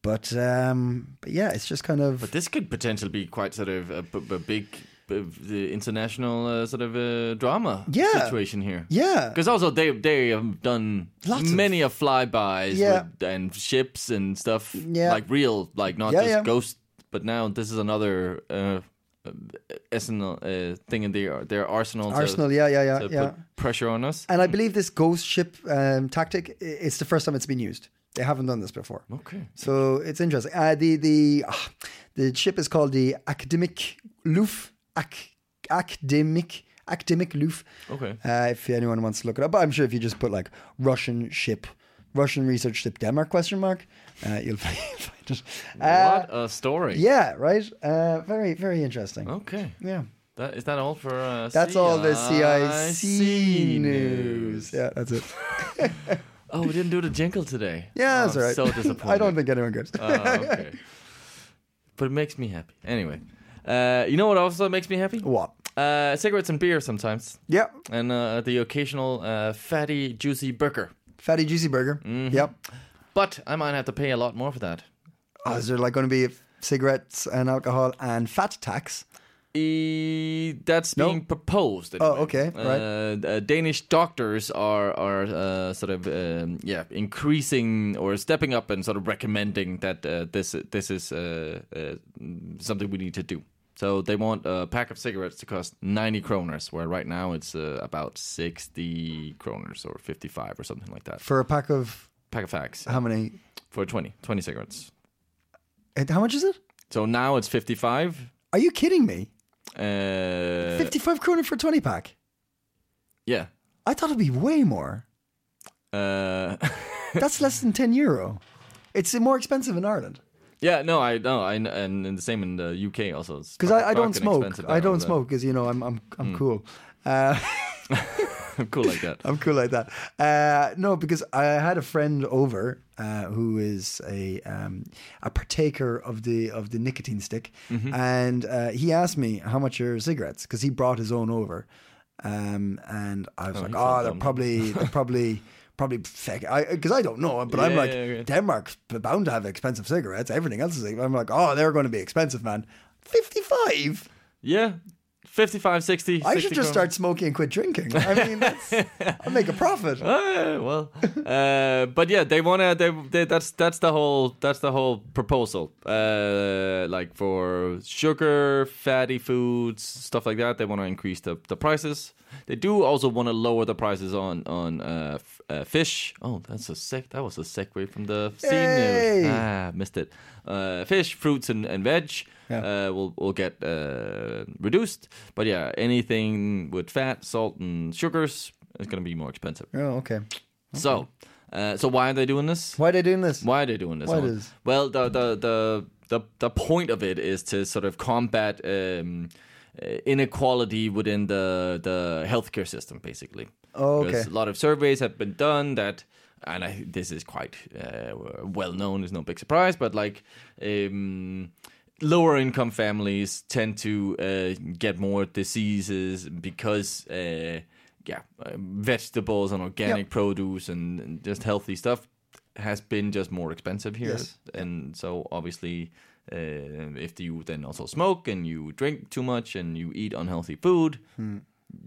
S2: But um, but yeah, it's just kind of
S3: But this could potentially be quite sort of a, b- b- big b- the international uh, sort of uh, drama
S2: Yeah.
S3: situation here.
S2: yeah,
S3: Because also they they have done
S2: Lots of-
S3: many a flybys
S2: Yeah.
S3: with, and ships and stuff
S2: Yeah.
S3: like real like not
S2: Yeah,
S3: just
S2: yeah.
S3: ghost but now this is another uh, uh, arsenal uh, thing in their their arsenal to-
S2: Arsenal. Yeah, yeah,
S3: to
S2: yeah,
S3: put Hmm.
S2: yeah.
S3: pressure on us
S2: And I believe this ghost ship um, tactic. i- It's the first time it's been used. They haven't done this before.
S3: okay
S2: So it's interesting. Uh, the the ah, the ship is called the Academic Luf Ac, Academic academic loof.
S3: Okay.
S2: Uh, if anyone wants to look it up, I'm sure if you just put like Russian ship, Russian research ship Denmark question mark, uh, you'll find it. Uh,
S3: what a story.
S2: Yeah, right. Uh, very, very interesting.
S3: Okay.
S2: Yeah,
S3: That is that all for uh,
S2: that's all the
S3: CIC
S2: CIC news. Yeah, that's it.
S3: Oh, we didn't do the jingle today.
S2: Yeah,
S3: oh,
S2: that's all right.
S3: So disappointed.
S2: I don't think anyone cares.
S3: Oh, okay. but it makes me happy. Anyway, uh, you know what also makes me happy?
S2: what?
S3: Uh, cigarettes and beer sometimes,
S2: Yeah,
S3: and uh, the occasional uh, fatty, juicy burger.
S2: fatty juicy burger.
S3: Mm-hmm.
S2: Yep.
S3: But I might have to pay a lot more for that.
S2: Oh, is there like going to be cigarettes and alcohol and fat tax?
S3: E- that's
S2: No.
S3: being proposed.
S2: Oh, okay, right.
S3: Uh, uh, Danish doctors are are uh, sort of um, yeah increasing or stepping up and sort of recommending that uh, this this is uh, uh, something we need to do. So they want a pack of cigarettes to cost ninety kroners, where right now it's uh, about sixty kroners or fifty five or something like that.
S2: for a pack of
S3: Pack of fags
S2: how many?
S3: for 20, 20 cigarettes.
S2: and How much is it?
S3: So now it's fifty five.
S2: Are you kidding me?
S3: Uh,
S2: Fifty-five kroner for a twenty pack.
S3: yeah.
S2: I thought it'd be way more.
S3: Uh,
S2: That's less than ten euro. It's more expensive in Ireland
S3: Yeah, no, I know, I kn- and, and the same in the UK also. It's
S2: because I, I
S3: fucking
S2: don't smoke.
S3: expensive
S2: I
S3: there,
S2: don't
S3: but
S2: smoke because you know I'm I'm I'm
S3: Hmm.
S2: cool. Uh,
S3: I'm cool like that.
S2: I'm cool like that. Uh, no, because I had a friend over uh, who is a um, a partaker of the of the nicotine stick,
S3: Mm-hmm.
S2: and uh, he asked me how much are cigarettes because he brought his own over, um, and I was like,
S3: he
S2: oh,
S3: found
S2: they're
S3: them."
S2: probably they're probably. Probably because I, don't know, but I'm
S3: Yeah,
S2: like
S3: yeah, okay.
S2: Denmark's bound to have expensive cigarettes. Everything else is. I'm like, oh, they're going to be expensive, man. Fifty five.
S3: Yeah, 55, 60.
S2: I should just start smoking and quit drinking. I mean, that's, I'll make a profit.
S3: Uh, well, uh, but yeah, they wanna. They, they that's that's the whole that's the whole proposal. Uh, like for sugar, fatty foods, stuff like that. They want to increase the, the prices. They do also want to lower the prices on on uh, f- uh, fish. Oh, that's a sec. That was a segue from the scene
S2: Hey!
S3: news. Ah, missed it. Uh, fish, fruits, and, and veg
S2: Yeah.
S3: uh, will will get uh, reduced. But yeah, anything with fat, salt, and sugars is going to be more expensive.
S2: Oh, okay.
S3: So, uh, so why are they doing this?
S2: Why are they doing this?
S3: Why are they doing this?
S2: Why
S3: Alan?
S2: does-
S3: Well, the the the the the point of it is to sort of combat um, uh, inequality within the the healthcare system, basically.
S2: Oh, okay.
S3: Because a lot of surveys have been done that, and I, this is quite uh, well known. It's no big surprise, but like. Um, Lower income families tend to uh, get more diseases because, uh, yeah, uh, vegetables and organic produce and, and just healthy stuff has been just more expensive here.
S2: Yes.
S3: And so obviously, uh, if you then also smoke and you drink too much and you eat unhealthy food,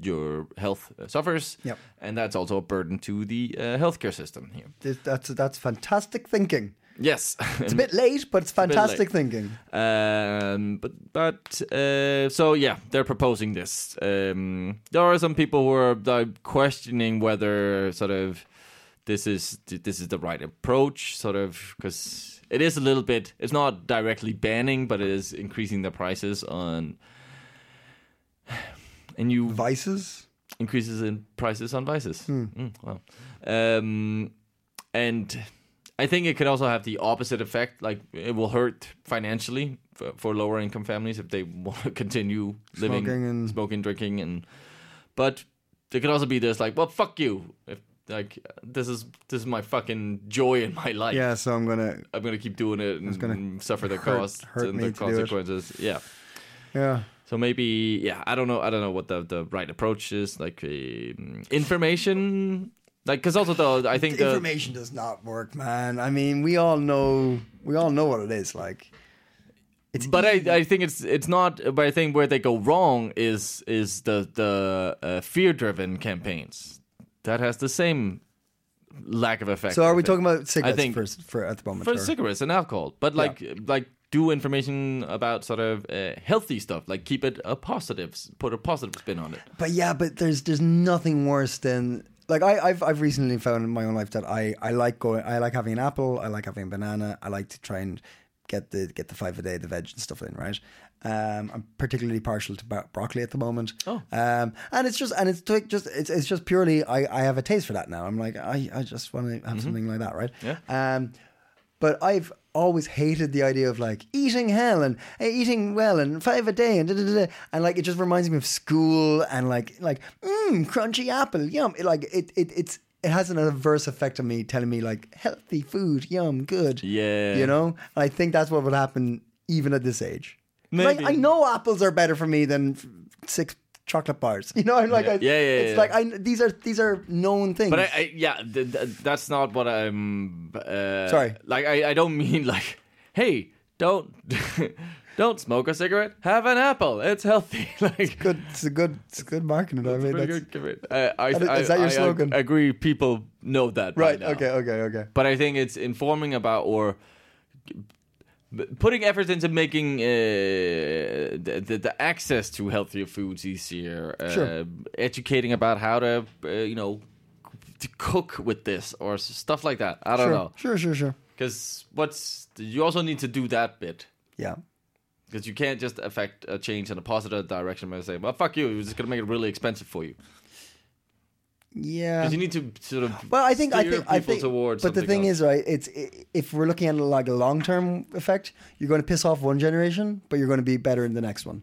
S3: your health uh, suffers.
S2: Yep.
S3: And that's also a burden to the uh, healthcare system here.
S2: Th- That's that's fantastic thinking.
S3: Yes.
S2: It's a bit late, but it's
S3: bit
S2: fantastic
S3: late.
S2: thinking.
S3: Um, but but uh, so yeah, they're proposing this. Um, there are some people who are like, questioning whether sort of this is this is the right approach, sort of because it is a little bit. It's not directly banning, but it is increasing the prices on. And you
S2: Vices.
S3: increases in prices on vices.
S2: Hmm.
S3: Mm, wow. Um, and I think it could also have the opposite effect. Like it will hurt financially for, for lower income families if they want to continue living,
S2: Smoking and-
S3: smoking, drinking, and but there could also be this like, well, fuck you. If like this is this is my fucking joy in my life.
S2: Yeah, so I'm gonna.
S3: I'm gonna keep doing it and
S2: gonna
S3: suffer the
S2: hurt-
S3: cost
S2: hurt
S3: and
S2: me
S3: the
S2: to do it.
S3: consequences. Yeah.
S2: Yeah,
S3: So maybe, yeah, I don't know. I don't know what the, the right approach is. Like um, information, like because also though I think uh,
S2: the
S3: the,
S2: information does not work, man. I mean, we all know we all know what it is like. It's e-
S3: but I, I think it's it's not. But I think where they go wrong is is the the uh, fear driven campaigns that has the same lack of effect.
S2: so. Are
S3: I
S2: we
S3: think.
S2: talking about cigarettes
S3: think-
S2: for, for at the moment?
S3: for
S2: or-
S3: cigarettes and alcohol, but like like do information about sort of uh, healthy stuff. Like keep it a positive, s- put a positive spin on it.
S2: But yeah, but there's there's nothing worse than like I, I've I've recently found in my own life that I, I like going I like having an apple, I like having a banana, I like to try and get the get the five a day, the veg and stuff in, right? Um, I'm particularly partial to bro- broccoli at the moment.
S3: Oh.
S2: um, and it's just and it's like just it's, it's just purely I, I have a taste for that now. I'm like I, I just want to have something like that, right?
S3: Mm-hmm. Yeah.
S2: Um, but I've always hated the idea of like eating hell and eh, eating well and five a day and da, da, da, da. and like it just reminds me of school and like like mmm crunchy apple yum it, like it, it it's it has an adverse effect on me telling me like healthy food yum good
S3: Yeah.
S2: you know and I think that's what would happen even at this age
S3: Maybe.
S2: like I know apples are better for me than f- six chocolate bars you know I'm like
S3: Yeah.
S2: I,
S3: Yeah, yeah,
S2: it's
S3: yeah.
S2: like I these are these are known things
S3: But I, I yeah, th- th- that's not what I'm. Uh,
S2: Sorry.
S3: Like I, I don't mean like, hey, don't, don't smoke a cigarette. Have an apple. It's healthy. like
S2: good it's a good it's a good marketing I mean
S3: pretty
S2: that's
S3: good, give it- Uh, I,
S2: And is
S3: I-
S2: that your
S3: I- I
S2: slogan?
S3: agree. People know that.
S2: right
S3: Right. now.
S2: okay okay okay
S3: But I think it's informing about or b- putting effort into making uh, the, the the access to healthier foods easier. Uh,
S2: Sure.
S3: Educating about how to uh, you know to cook with this or s- stuff like that. I don't
S2: sure,
S3: know
S2: Sure, sure, sure.
S3: because what's you also need to do that bit.
S2: Yeah.
S3: Because you can't just affect a change in a positive direction by saying, "Well, fuck you, we're just gonna make it really expensive for you."
S2: Yeah.
S3: Because you need to sort of
S2: Well, I think I
S3: steer
S2: think I
S3: people
S2: think.
S3: towards
S2: but the
S3: something
S2: thing
S3: else.
S2: is, right? It's i if we're looking at like a long term effect, you're going to piss off one generation, but you're going to be better in the next one.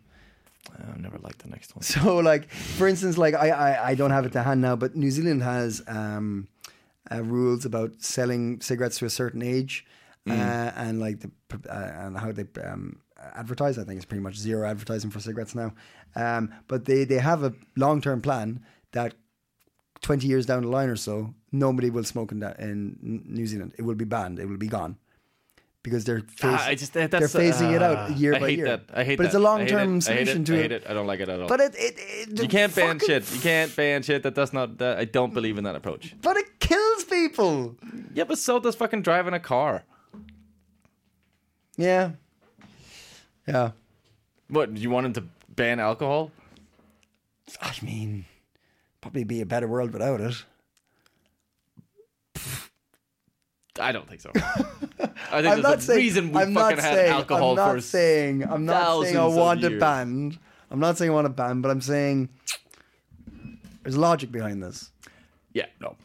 S3: I never liked the next one.
S2: So, like for instance, like I I, I don't have it to hand now, but New Zealand has um, uh, rules about selling cigarettes to a certain age,
S3: Hmm.
S2: uh, and like the pr- uh, and how they um, advertise. I think it's pretty much zero advertising for cigarettes now. Um, but they they have a long term plan that 20 years down the line or so, nobody will smoke in, that, in N- New Zealand. It will be banned. It will be gone. Because they're, phas-
S3: Ah, I just that-
S2: they're
S3: that's
S2: phasing it
S3: ah,
S2: out year
S3: I
S2: by
S3: hate
S2: year.
S3: That. I hate
S2: but it's
S3: that.
S2: a
S3: I
S2: long
S3: hate
S2: term
S3: it. I hate
S2: solution
S3: it.
S2: to
S3: I hate it. I don't like it at all.
S2: But it, it, it
S3: you can't ban
S2: fucking-
S3: shit. You can't ban shit. That does not. That, I don't believe in that approach.
S2: But it kills people.
S3: Yeah, but so does fucking driving a car.
S2: Yeah. Yeah.
S3: What you want him to ban alcohol?
S2: I mean, probably be a better world without it.
S3: I don't think so. I think
S2: I'm
S3: there's
S2: not
S3: a
S2: saying.
S3: reason we
S2: I'm
S3: fucking
S2: not
S3: had
S2: saying.
S3: alcohol
S2: I'm not
S3: for.
S2: saying. I'm not saying I
S3: thousands of
S2: want it
S3: years.
S2: banned. I'm not saying I want it banned, but I'm saying there's logic behind this.
S3: Yeah, no,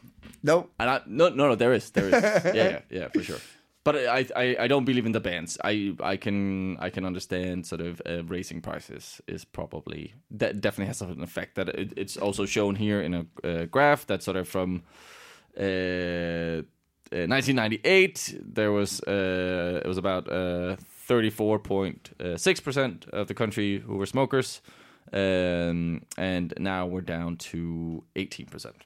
S2: No.
S3: and I, no, no, no. There is, there is. yeah, yeah, yeah, for sure. But I, I, I don't believe in the bans. I, I can, I can understand sort of uh, raising prices is probably that definitely has an effect. That it, it's also shown here in a uh, graph that sort of from uh, uh, 1998 there was uh, it was about uh, 34.6 percent of the country who were smokers, um, and now we're down to 18 percent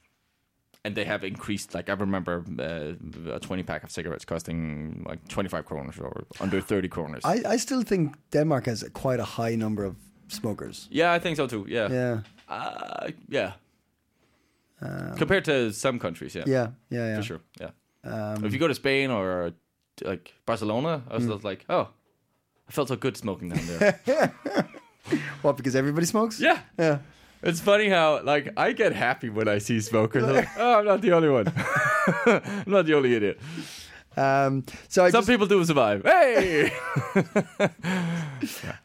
S3: and they have increased. Like I remember, uh, a twenty pack of cigarettes costing like twenty five kroners or under thirty kroners.
S2: I, I still think Denmark has quite a high number of smokers.
S3: yeah, I think so too. Yeah,
S2: Yeah.
S3: uh, yeah. Compared to some countries, yeah,
S2: Yeah. Yeah. Yeah.
S3: for sure, yeah. if you go to Spain or like Barcelona, I was just like, oh, I felt so good smoking down there.
S2: What? Because everybody smokes?
S3: yeah,
S2: Yeah.
S3: it's funny how like I get happy when I see smokers. I'm like, oh, I'm not the only one. I'm not the only idiot.
S2: Um, so I
S3: Some
S2: just,
S3: people do survive. Hey!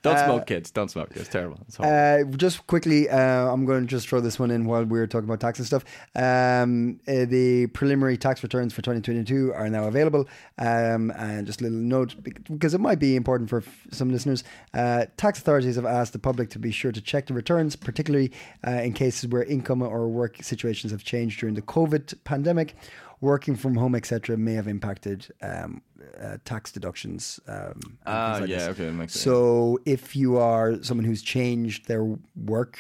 S3: don't smoke, kids. Don't smoke. It's terrible. It's horrible.
S2: Uh, just quickly, uh, I'm going to just throw this one in while we're talking about tax and stuff. Um, uh, the preliminary tax returns for 2022 are now available. Um, and just a little note bec- because it might be important for f- some listeners. Uh, tax authorities have asked the public to be sure to check the returns, particularly uh, in cases where income or work situations have changed during the COVID pandemic. Working from home, etc., may have impacted um, uh, tax deductions. Um, and things
S3: Ah,
S2: like
S3: yeah,
S2: this.
S3: okay, that makes sense.
S2: So if you are someone who's changed their work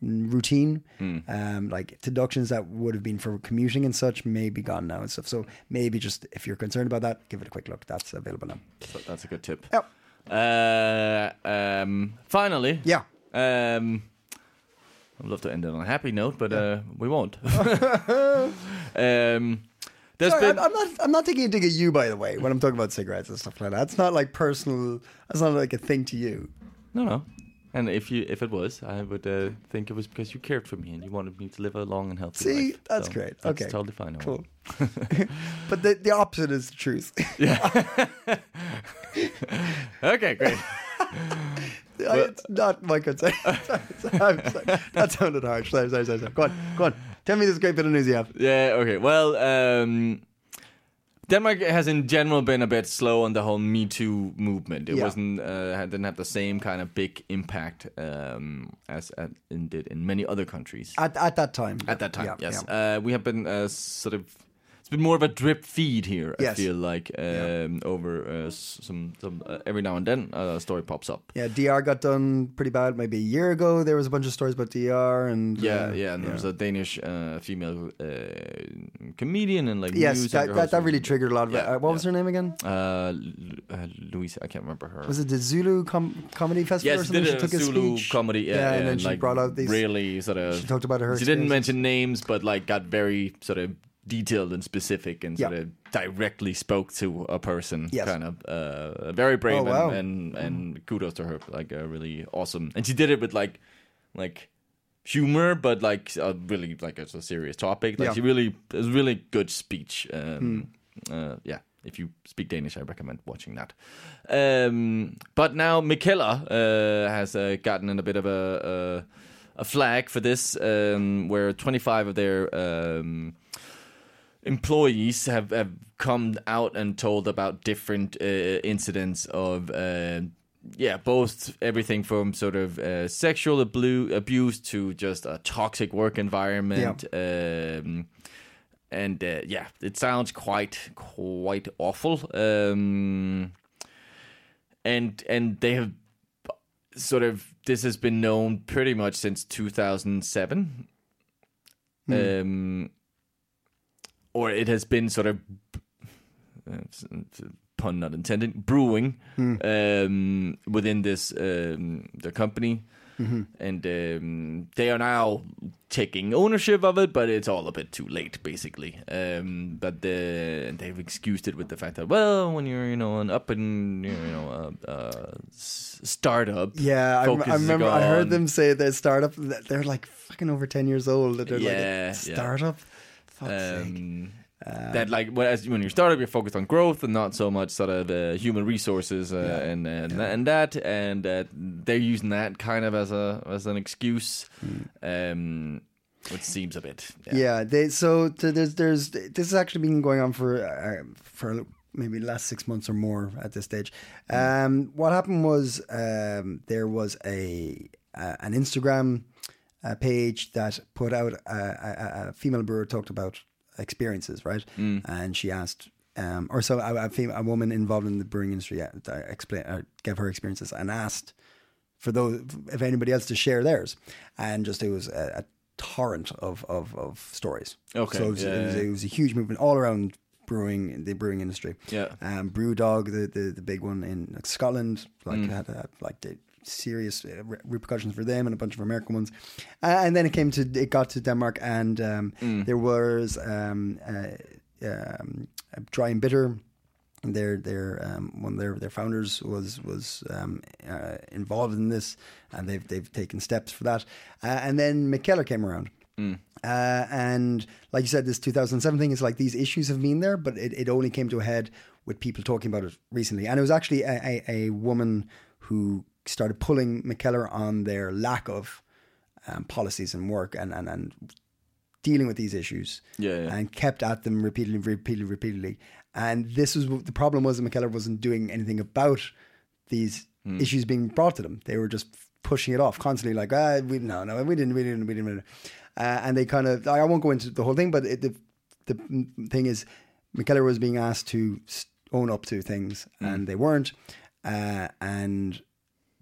S2: routine, um, like deductions that would have been for commuting and such may be gone now and stuff. So maybe just if you're concerned about that, give it a quick look. That's available now.
S3: So That's a good tip.
S2: Yep.
S3: Uh, um, finally.
S2: Yeah.
S3: Um, I'd love to end it on a happy note, but uh, we won't. um, there's
S2: Sorry,
S3: been.
S2: I'm, I'm not. I'm not taking a dig at you, by the way. When I'm talking about cigarettes and stuff like that, it's not like personal. That's not like a thing to you.
S3: No, no. And if you if it was, I would uh, think it was because you cared for me and you wanted me to live a long and healthy
S2: See,
S3: life.
S2: that's great.
S3: That's
S2: okay,
S3: totally fine. Owen.
S2: Cool. but the the opposite is the truth.
S3: Okay, great.
S2: I- it's not my concern. Sorry, sorry, sorry. That sounded harsh. Sorry, sorry, sorry, sorry. Go on, go on. Tell me this great bit of news you have.
S3: Yeah, okay. Well, um, Denmark has in general been a bit slow on the whole Me Too movement. It
S2: Yeah.
S3: wasn't uh, didn't have the same kind of big impact um, as uh, in, did in many other countries
S2: At, at that time.
S3: at that time.
S2: Yeah,
S3: yes,
S2: yeah.
S3: Uh, we have been uh, sort of. It's been more of a drip feed here. I
S2: Yes.
S3: feel like um, over uh, s- some some uh, every now and then uh, a story pops up.
S2: Yeah, DR got done pretty bad maybe a year ago. There was a bunch of stories about DR and uh,
S3: Yeah, yeah, and there was a Danish uh, female uh, comedian and like
S2: Yes,
S3: news
S2: that,
S3: anchor
S2: that,
S3: host
S2: that
S3: and-
S2: really triggered a lot of
S3: Yeah,
S2: uh, what was
S3: yeah.
S2: her name again?
S3: Uh, Lu- uh, Louisa, I can't remember her.
S2: Was it the Zulu com- comedy festival or
S3: yes,
S2: something?
S3: did
S2: She
S3: a
S2: took a
S3: Zulu
S2: speech.
S3: comedy. Yeah,
S2: and
S3: and
S2: then she
S3: like,
S2: brought out these.
S3: really sort of.
S2: she talked about her
S3: She didn't
S2: experiences.
S3: mention names, but like got very sort of detailed and specific, and
S2: Yeah.
S3: sort of directly spoke to a person.
S2: Yes.
S3: kind of uh, very brave,
S2: Oh, wow. Mm-hmm.
S3: and, and and kudos to her, like uh, really awesome. And she did it with like like humor, but like a really like it's a serious topic. Like
S2: Yeah.
S3: she really it was a really good speech. Um, uh, yeah. If you speak Danish, I recommend watching that. Um, but now Mikella uh, has uh, gotten in a bit of a a, a flag for this, um, where 25 of their um, employees have, have come out and told about different uh, incidents of uh, yeah both everything from sort of uh, sexual abu- abuse to just a toxic work environment um, and uh, yeah it sounds quite quite awful um, and and they have sort of this has been known pretty much since 2007 um or it has been sort of uh, s- s- pun not intended brewing um, within this um, the company and um, they are now taking ownership of it but it's all a bit too late basically um, but the, they've excused it with the fact that well when you're you know an up and you know a, a s- startup
S2: Yeah, I, rem- I
S3: focuses
S2: remember. I
S3: on-
S2: heard them say their startup. that They're like fucking over ten years old. That they're
S3: Yeah,
S2: like
S3: yeah.
S2: startup. Fuck's sake.
S3: um,
S2: Uh,
S3: that like whereas when you start up you're focused on growth and not so much sort of uh, human resources uh, and and, and that and uh, they're using that kind of as a as an excuse um which seems a bit
S2: Hmm. Yeah, they so th- there's there's this has actually been going on for uh, for maybe the last six months or more at this stage. Um, what happened was um, there was a uh, an Instagram uh, page that put out uh, a, a, a female brewer talked about experiences, right? And she asked. Um, or so a, a, fem- a woman involved in the brewing industry uh, uh, explain, uh, gave her experiences and asked for those if anybody else to share theirs and just it was a, a torrent of, of of stories
S3: Okay,
S2: so it was,
S3: yeah,
S2: it, was,
S3: yeah.
S2: it was a huge movement all around brewing the brewing industry
S3: Yeah.
S2: um brewdog the the, the big one in scotland like
S3: Mm.
S2: had a, like the serious uh, re- repercussions for them and a bunch of american ones uh, and then it came to it got to denmark and um
S3: Mm.
S2: there was um uh, um dry and bitter their their um, one of their their founders was was um, uh, involved in this, and they've they've taken steps for that. Uh, and then McKellar came around, uh, and like you said, this 2007 thing is like these issues have been there, but it, it only came to a head with people talking about it recently. And it was actually a, a, a woman who started pulling McKellar on their lack of um, policies and work and and and dealing with these issues
S3: Yeah, yeah.
S2: and kept at them repeatedly, repeatedly, repeatedly. And this was the problem was that McKellar wasn't doing anything about these
S3: Hmm.
S2: issues being brought to them. They were just pushing it off constantly, like ah, we no, no, we didn't, we didn't, we didn't. We didn't. Uh, and they kind of I won't go into the whole thing, but it, the the thing is, McKellar was being asked to s- own up to things,
S3: Hmm.
S2: and they weren't. Uh, and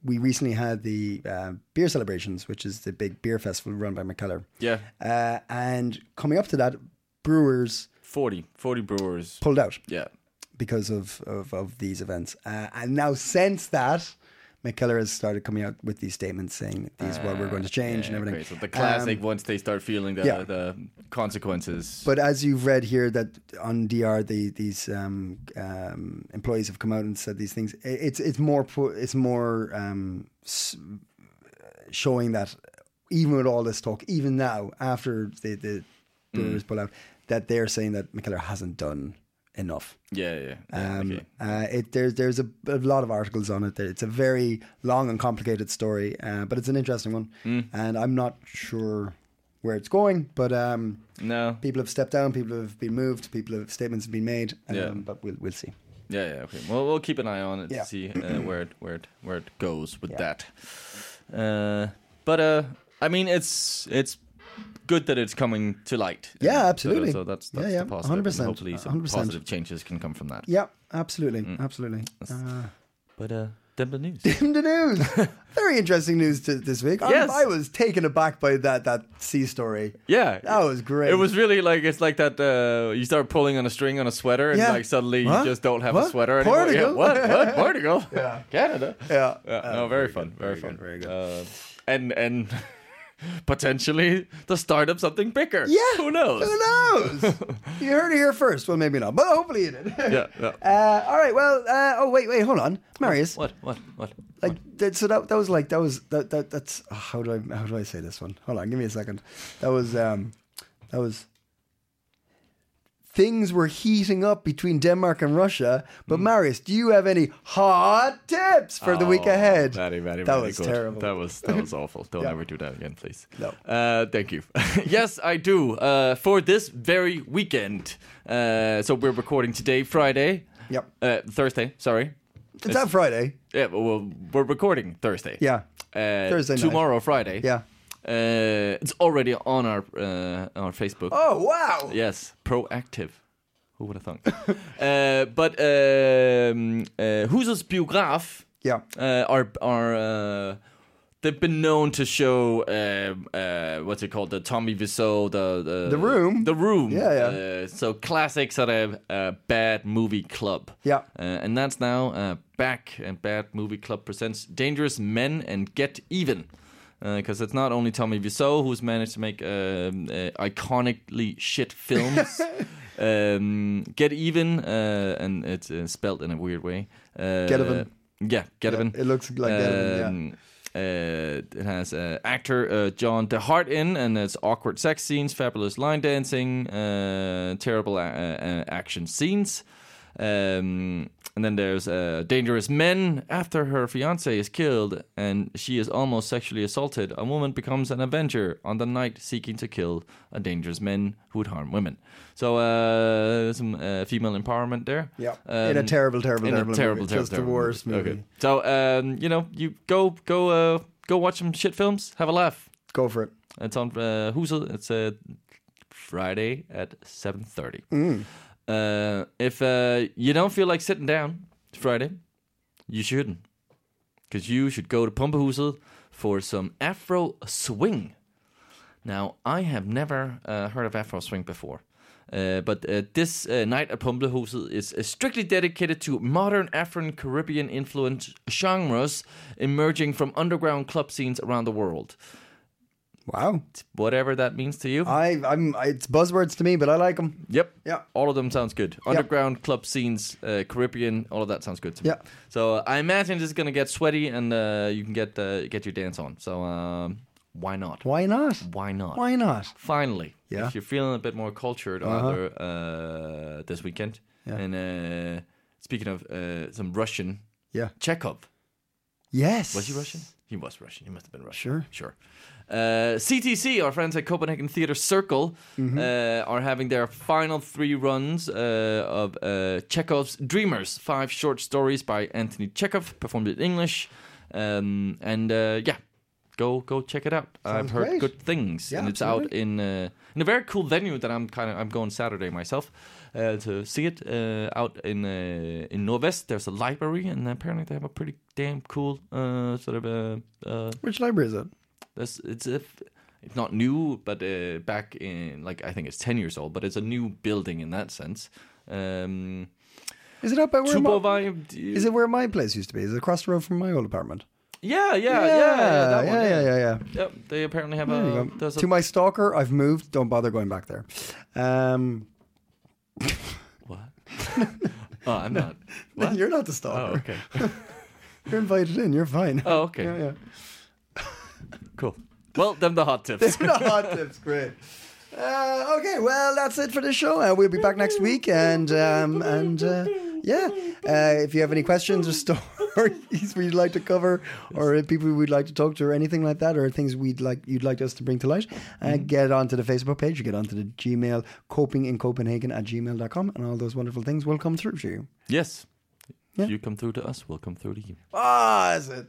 S2: we recently had the uh, beer celebrations, which is the big beer festival run by McKellar.
S3: yeah
S2: Uh, and coming up to that, brewers
S3: 40 40 brewers
S2: pulled out
S3: yeah
S2: because of, of, of these events. Uh, and now, since that, McKellar has started coming out with these statements saying these is what we're going to change and everything.
S3: okay Uh, so the classic once they start feeling the
S2: Um, yeah.
S3: the consequences
S2: But as you've read here, that on DR, the, these um, um, employees have come out and said these things. I- It's it's more pro- it's more um, s- showing that even with all this talk, even now after the the brewers pull out, that they're saying that McKellar hasn't done enough.
S3: Yeah, yeah. yeah,
S2: Um,
S3: okay.
S2: uh, it, there's there's a, a lot of articles on it. It's a very long and complicated story, uh, but it's an interesting one. And I'm not sure where it's going, but um,
S3: No.
S2: people have stepped down, people have been moved, people have statements have been made. Um,
S3: Yeah.
S2: But we'll we'll see.
S3: Yeah, yeah, okay. Well, we'll keep an eye on it
S2: Yeah.
S3: to see uh, where it where it where it goes with
S2: Yeah.
S3: that. Uh, but uh, I mean, it's it's good that it's coming to light.
S2: Yeah,
S3: Uh, so-
S2: absolutely.
S3: So, that's
S2: Yeah,
S3: that's
S2: yeah,
S3: the positive.
S2: 100%,
S3: and Hopefully, some
S2: 100%.
S3: positive changes can come from that.
S2: Yeah, absolutely,
S3: Mm.
S2: absolutely. Uh,
S3: But uh, then the news.
S2: in the news, very interesting news to, this week. I'm-
S3: Yes.
S2: I was taken aback by that that sea story.
S3: yeah,
S2: That was great.
S3: It was really like it's like that. Uh, you start pulling on a string on a sweater, and
S2: Yeah.
S3: like suddenly
S2: What?
S3: you just don't have a
S2: What?
S3: sweater anymore.
S2: Portugal?
S3: Yeah, what? What? Portugal? yeah, Canada.
S2: Yeah. Uh,
S3: Yeah, no, very, fun, very,
S2: Oh, very
S3: fun,
S2: good, very good.
S3: Uh, and and potentially the start of something bigger.
S2: Yeah.
S3: who knows?
S2: Who knows? you heard it here first. Well, maybe not, but hopefully you did.
S3: Yeah, yeah.
S2: Uh, all right. Well. Uh, oh, wait, wait. Hold on, Marius.
S3: What? What? What?
S2: Like that, so that that was like that was that, that that's oh, how do I how do I say this one? Hold on, give me a second. That was um, that was. Things were heating up between Denmark and Russia,
S3: Hmm.
S2: but Marius, do you have any hot tips for the week
S3: Oh,
S2: ahead?
S3: Very, very,
S2: that
S3: very
S2: was
S3: good.
S2: terrible.
S3: That was that was awful. Don't
S2: Yeah.
S3: ever do that again, please.
S2: No.
S3: Uh, thank you. yes, I do. Uh, for this very weekend. Uh, so we're recording today, Friday.
S2: Yep.
S3: Uh, Thursday. Sorry.
S2: it's that Friday.
S3: Yeah. Well, we're recording Thursday.
S2: Yeah.
S3: Uh,
S2: Thursday night.
S3: Tomorrow, Friday.
S2: Yeah.
S3: Uh, it's already on our uh, on our Facebook.
S2: Oh wow.
S3: Yes, proactive. Who would have thunk? uh, but um, uh, Husser's biograph
S2: Yeah.
S3: uh, are are uh, they've been known to show uh, uh, what's it called the Tommy Wiseau the the,
S2: The Room.
S3: the room
S2: Yeah, yeah.
S3: Uh, so classics at a, uh bad movie club
S2: Yeah.
S3: uh, and that's now uh, back and bad movie club presents Dangerous Men and Get Even. Because it's not only Tommy Wiseau who's managed to make um, uh, iconically shit films. um, Get Even, uh, and it's uh, spelled in a weird way. Uh,
S2: Get Even.
S3: Yeah, Get Even.
S2: it looks like Get Even, yeah.
S3: um, Uh, it has uh, actor uh, John DeHart in, and it's awkward sex scenes, fabulous line dancing, uh, terrible a- uh, uh, action scenes. Um, and then there's uh, Dangerous Men. After her fiance is killed and she is almost sexually assaulted, a woman becomes an avenger on the night seeking to kill a dangerous man who would harm women. So uh, some uh, female empowerment there. Um,
S2: Yeah. In a terrible, terrible,
S3: in
S2: terrible
S3: a terrible,
S2: movie.
S3: terrible,
S2: Just the
S3: terrible
S2: worst movie.
S3: So um, you know, you go go uh, go watch some shit films, have a laugh.
S2: Go for it.
S3: It's on uh, Hoosel. It's uh, Friday at seven thirty. Uh, if uh, you don't feel like sitting down Friday, you shouldn't, because you should go to Pumperhoosel for some Afro swing. Now, I have never uh, heard of Afro swing before. Uh, but uh, this uh, night at Pumblehuset is uh, strictly dedicated to modern Afro Caribbean influenced genres emerging from underground club scenes around the world
S2: Wow.
S3: whatever that means to you.
S2: I, I'm. It's buzzwords to me, but I like them.
S3: yep.
S2: Uh, Yeah.
S3: All of them sounds good. Underground club scenes, uh, Caribbean, all of that sounds good to me.
S2: Yeah.
S3: So uh, I imagine this is gonna get sweaty, and uh, you can get uh, get your dance on. So um, why not?
S2: Why not?
S3: Why not?
S2: Why not?
S3: Finally,
S2: Yeah. Uh-huh.
S3: if you're feeling a bit more cultured either uh, this weekend,
S2: Yeah.
S3: and uh, speaking of uh, some Russian,
S2: Yeah.
S3: Chekhov.
S2: Yes.
S3: Was he Russian? He was Russian. He must have been Russian.
S2: Sure.
S3: Sure. Uh, CTC, our friends at Copenhagen Theatre Circle,
S2: Mm-hmm.
S3: uh, are having their final three runs uh, of uh, Chekhov's Dreamers, five short stories by Anthony Chekhov, performed in English. Um, and uh, yeah, go go check it out. I've heard
S2: great.
S3: good things,
S2: Yeah,
S3: and it's out
S2: absolutely.
S3: in uh, in a very cool venue that I'm kind of I'm going Saturday myself uh, to see it uh, out in uh, in Norvest. There's a library, and apparently they have a pretty damn cool uh, sort of uh, uh,
S2: Which library is it?
S3: that's it's a f- it's not new, but uh, back in like I think it's ten years old, but it's a new building in that sense. Um,
S2: Is it up by where? My,
S3: Tubovi-
S2: is it where my place used to be? Is it across the road from my old apartment?
S3: Yeah, yeah, yeah, yeah, that
S2: yeah,
S3: one,
S2: yeah, yeah, yeah.
S3: Yep, they apparently have
S2: There you
S3: a,
S2: go.
S3: there's a
S2: To my stalker, I've moved. Don't bother going back there. Um,
S3: what? oh, I'm not. What?
S2: you're not the
S3: Oh,
S2: stalker.
S3: okay.
S2: You're invited in. You're fine.
S3: Oh, okay.
S2: Yeah, yeah.
S3: Cool. Well, them the hot tips.
S2: Hot tips, great. Uh, okay, well, that's it for the show. Uh, we'll be back next week, and um, and uh, yeah, uh, if you have any questions or stories we'd like to cover, or if people we'd like to talk to, or anything like that, or things we'd like you'd like us to bring to light, uh, get onto the Facebook page, get onto the Gmail coping in Copenhagen at gmail.com, and all those wonderful things will come through to you.
S3: Yes. If you come through to us, we'll come through to you.
S2: Ah, that's it.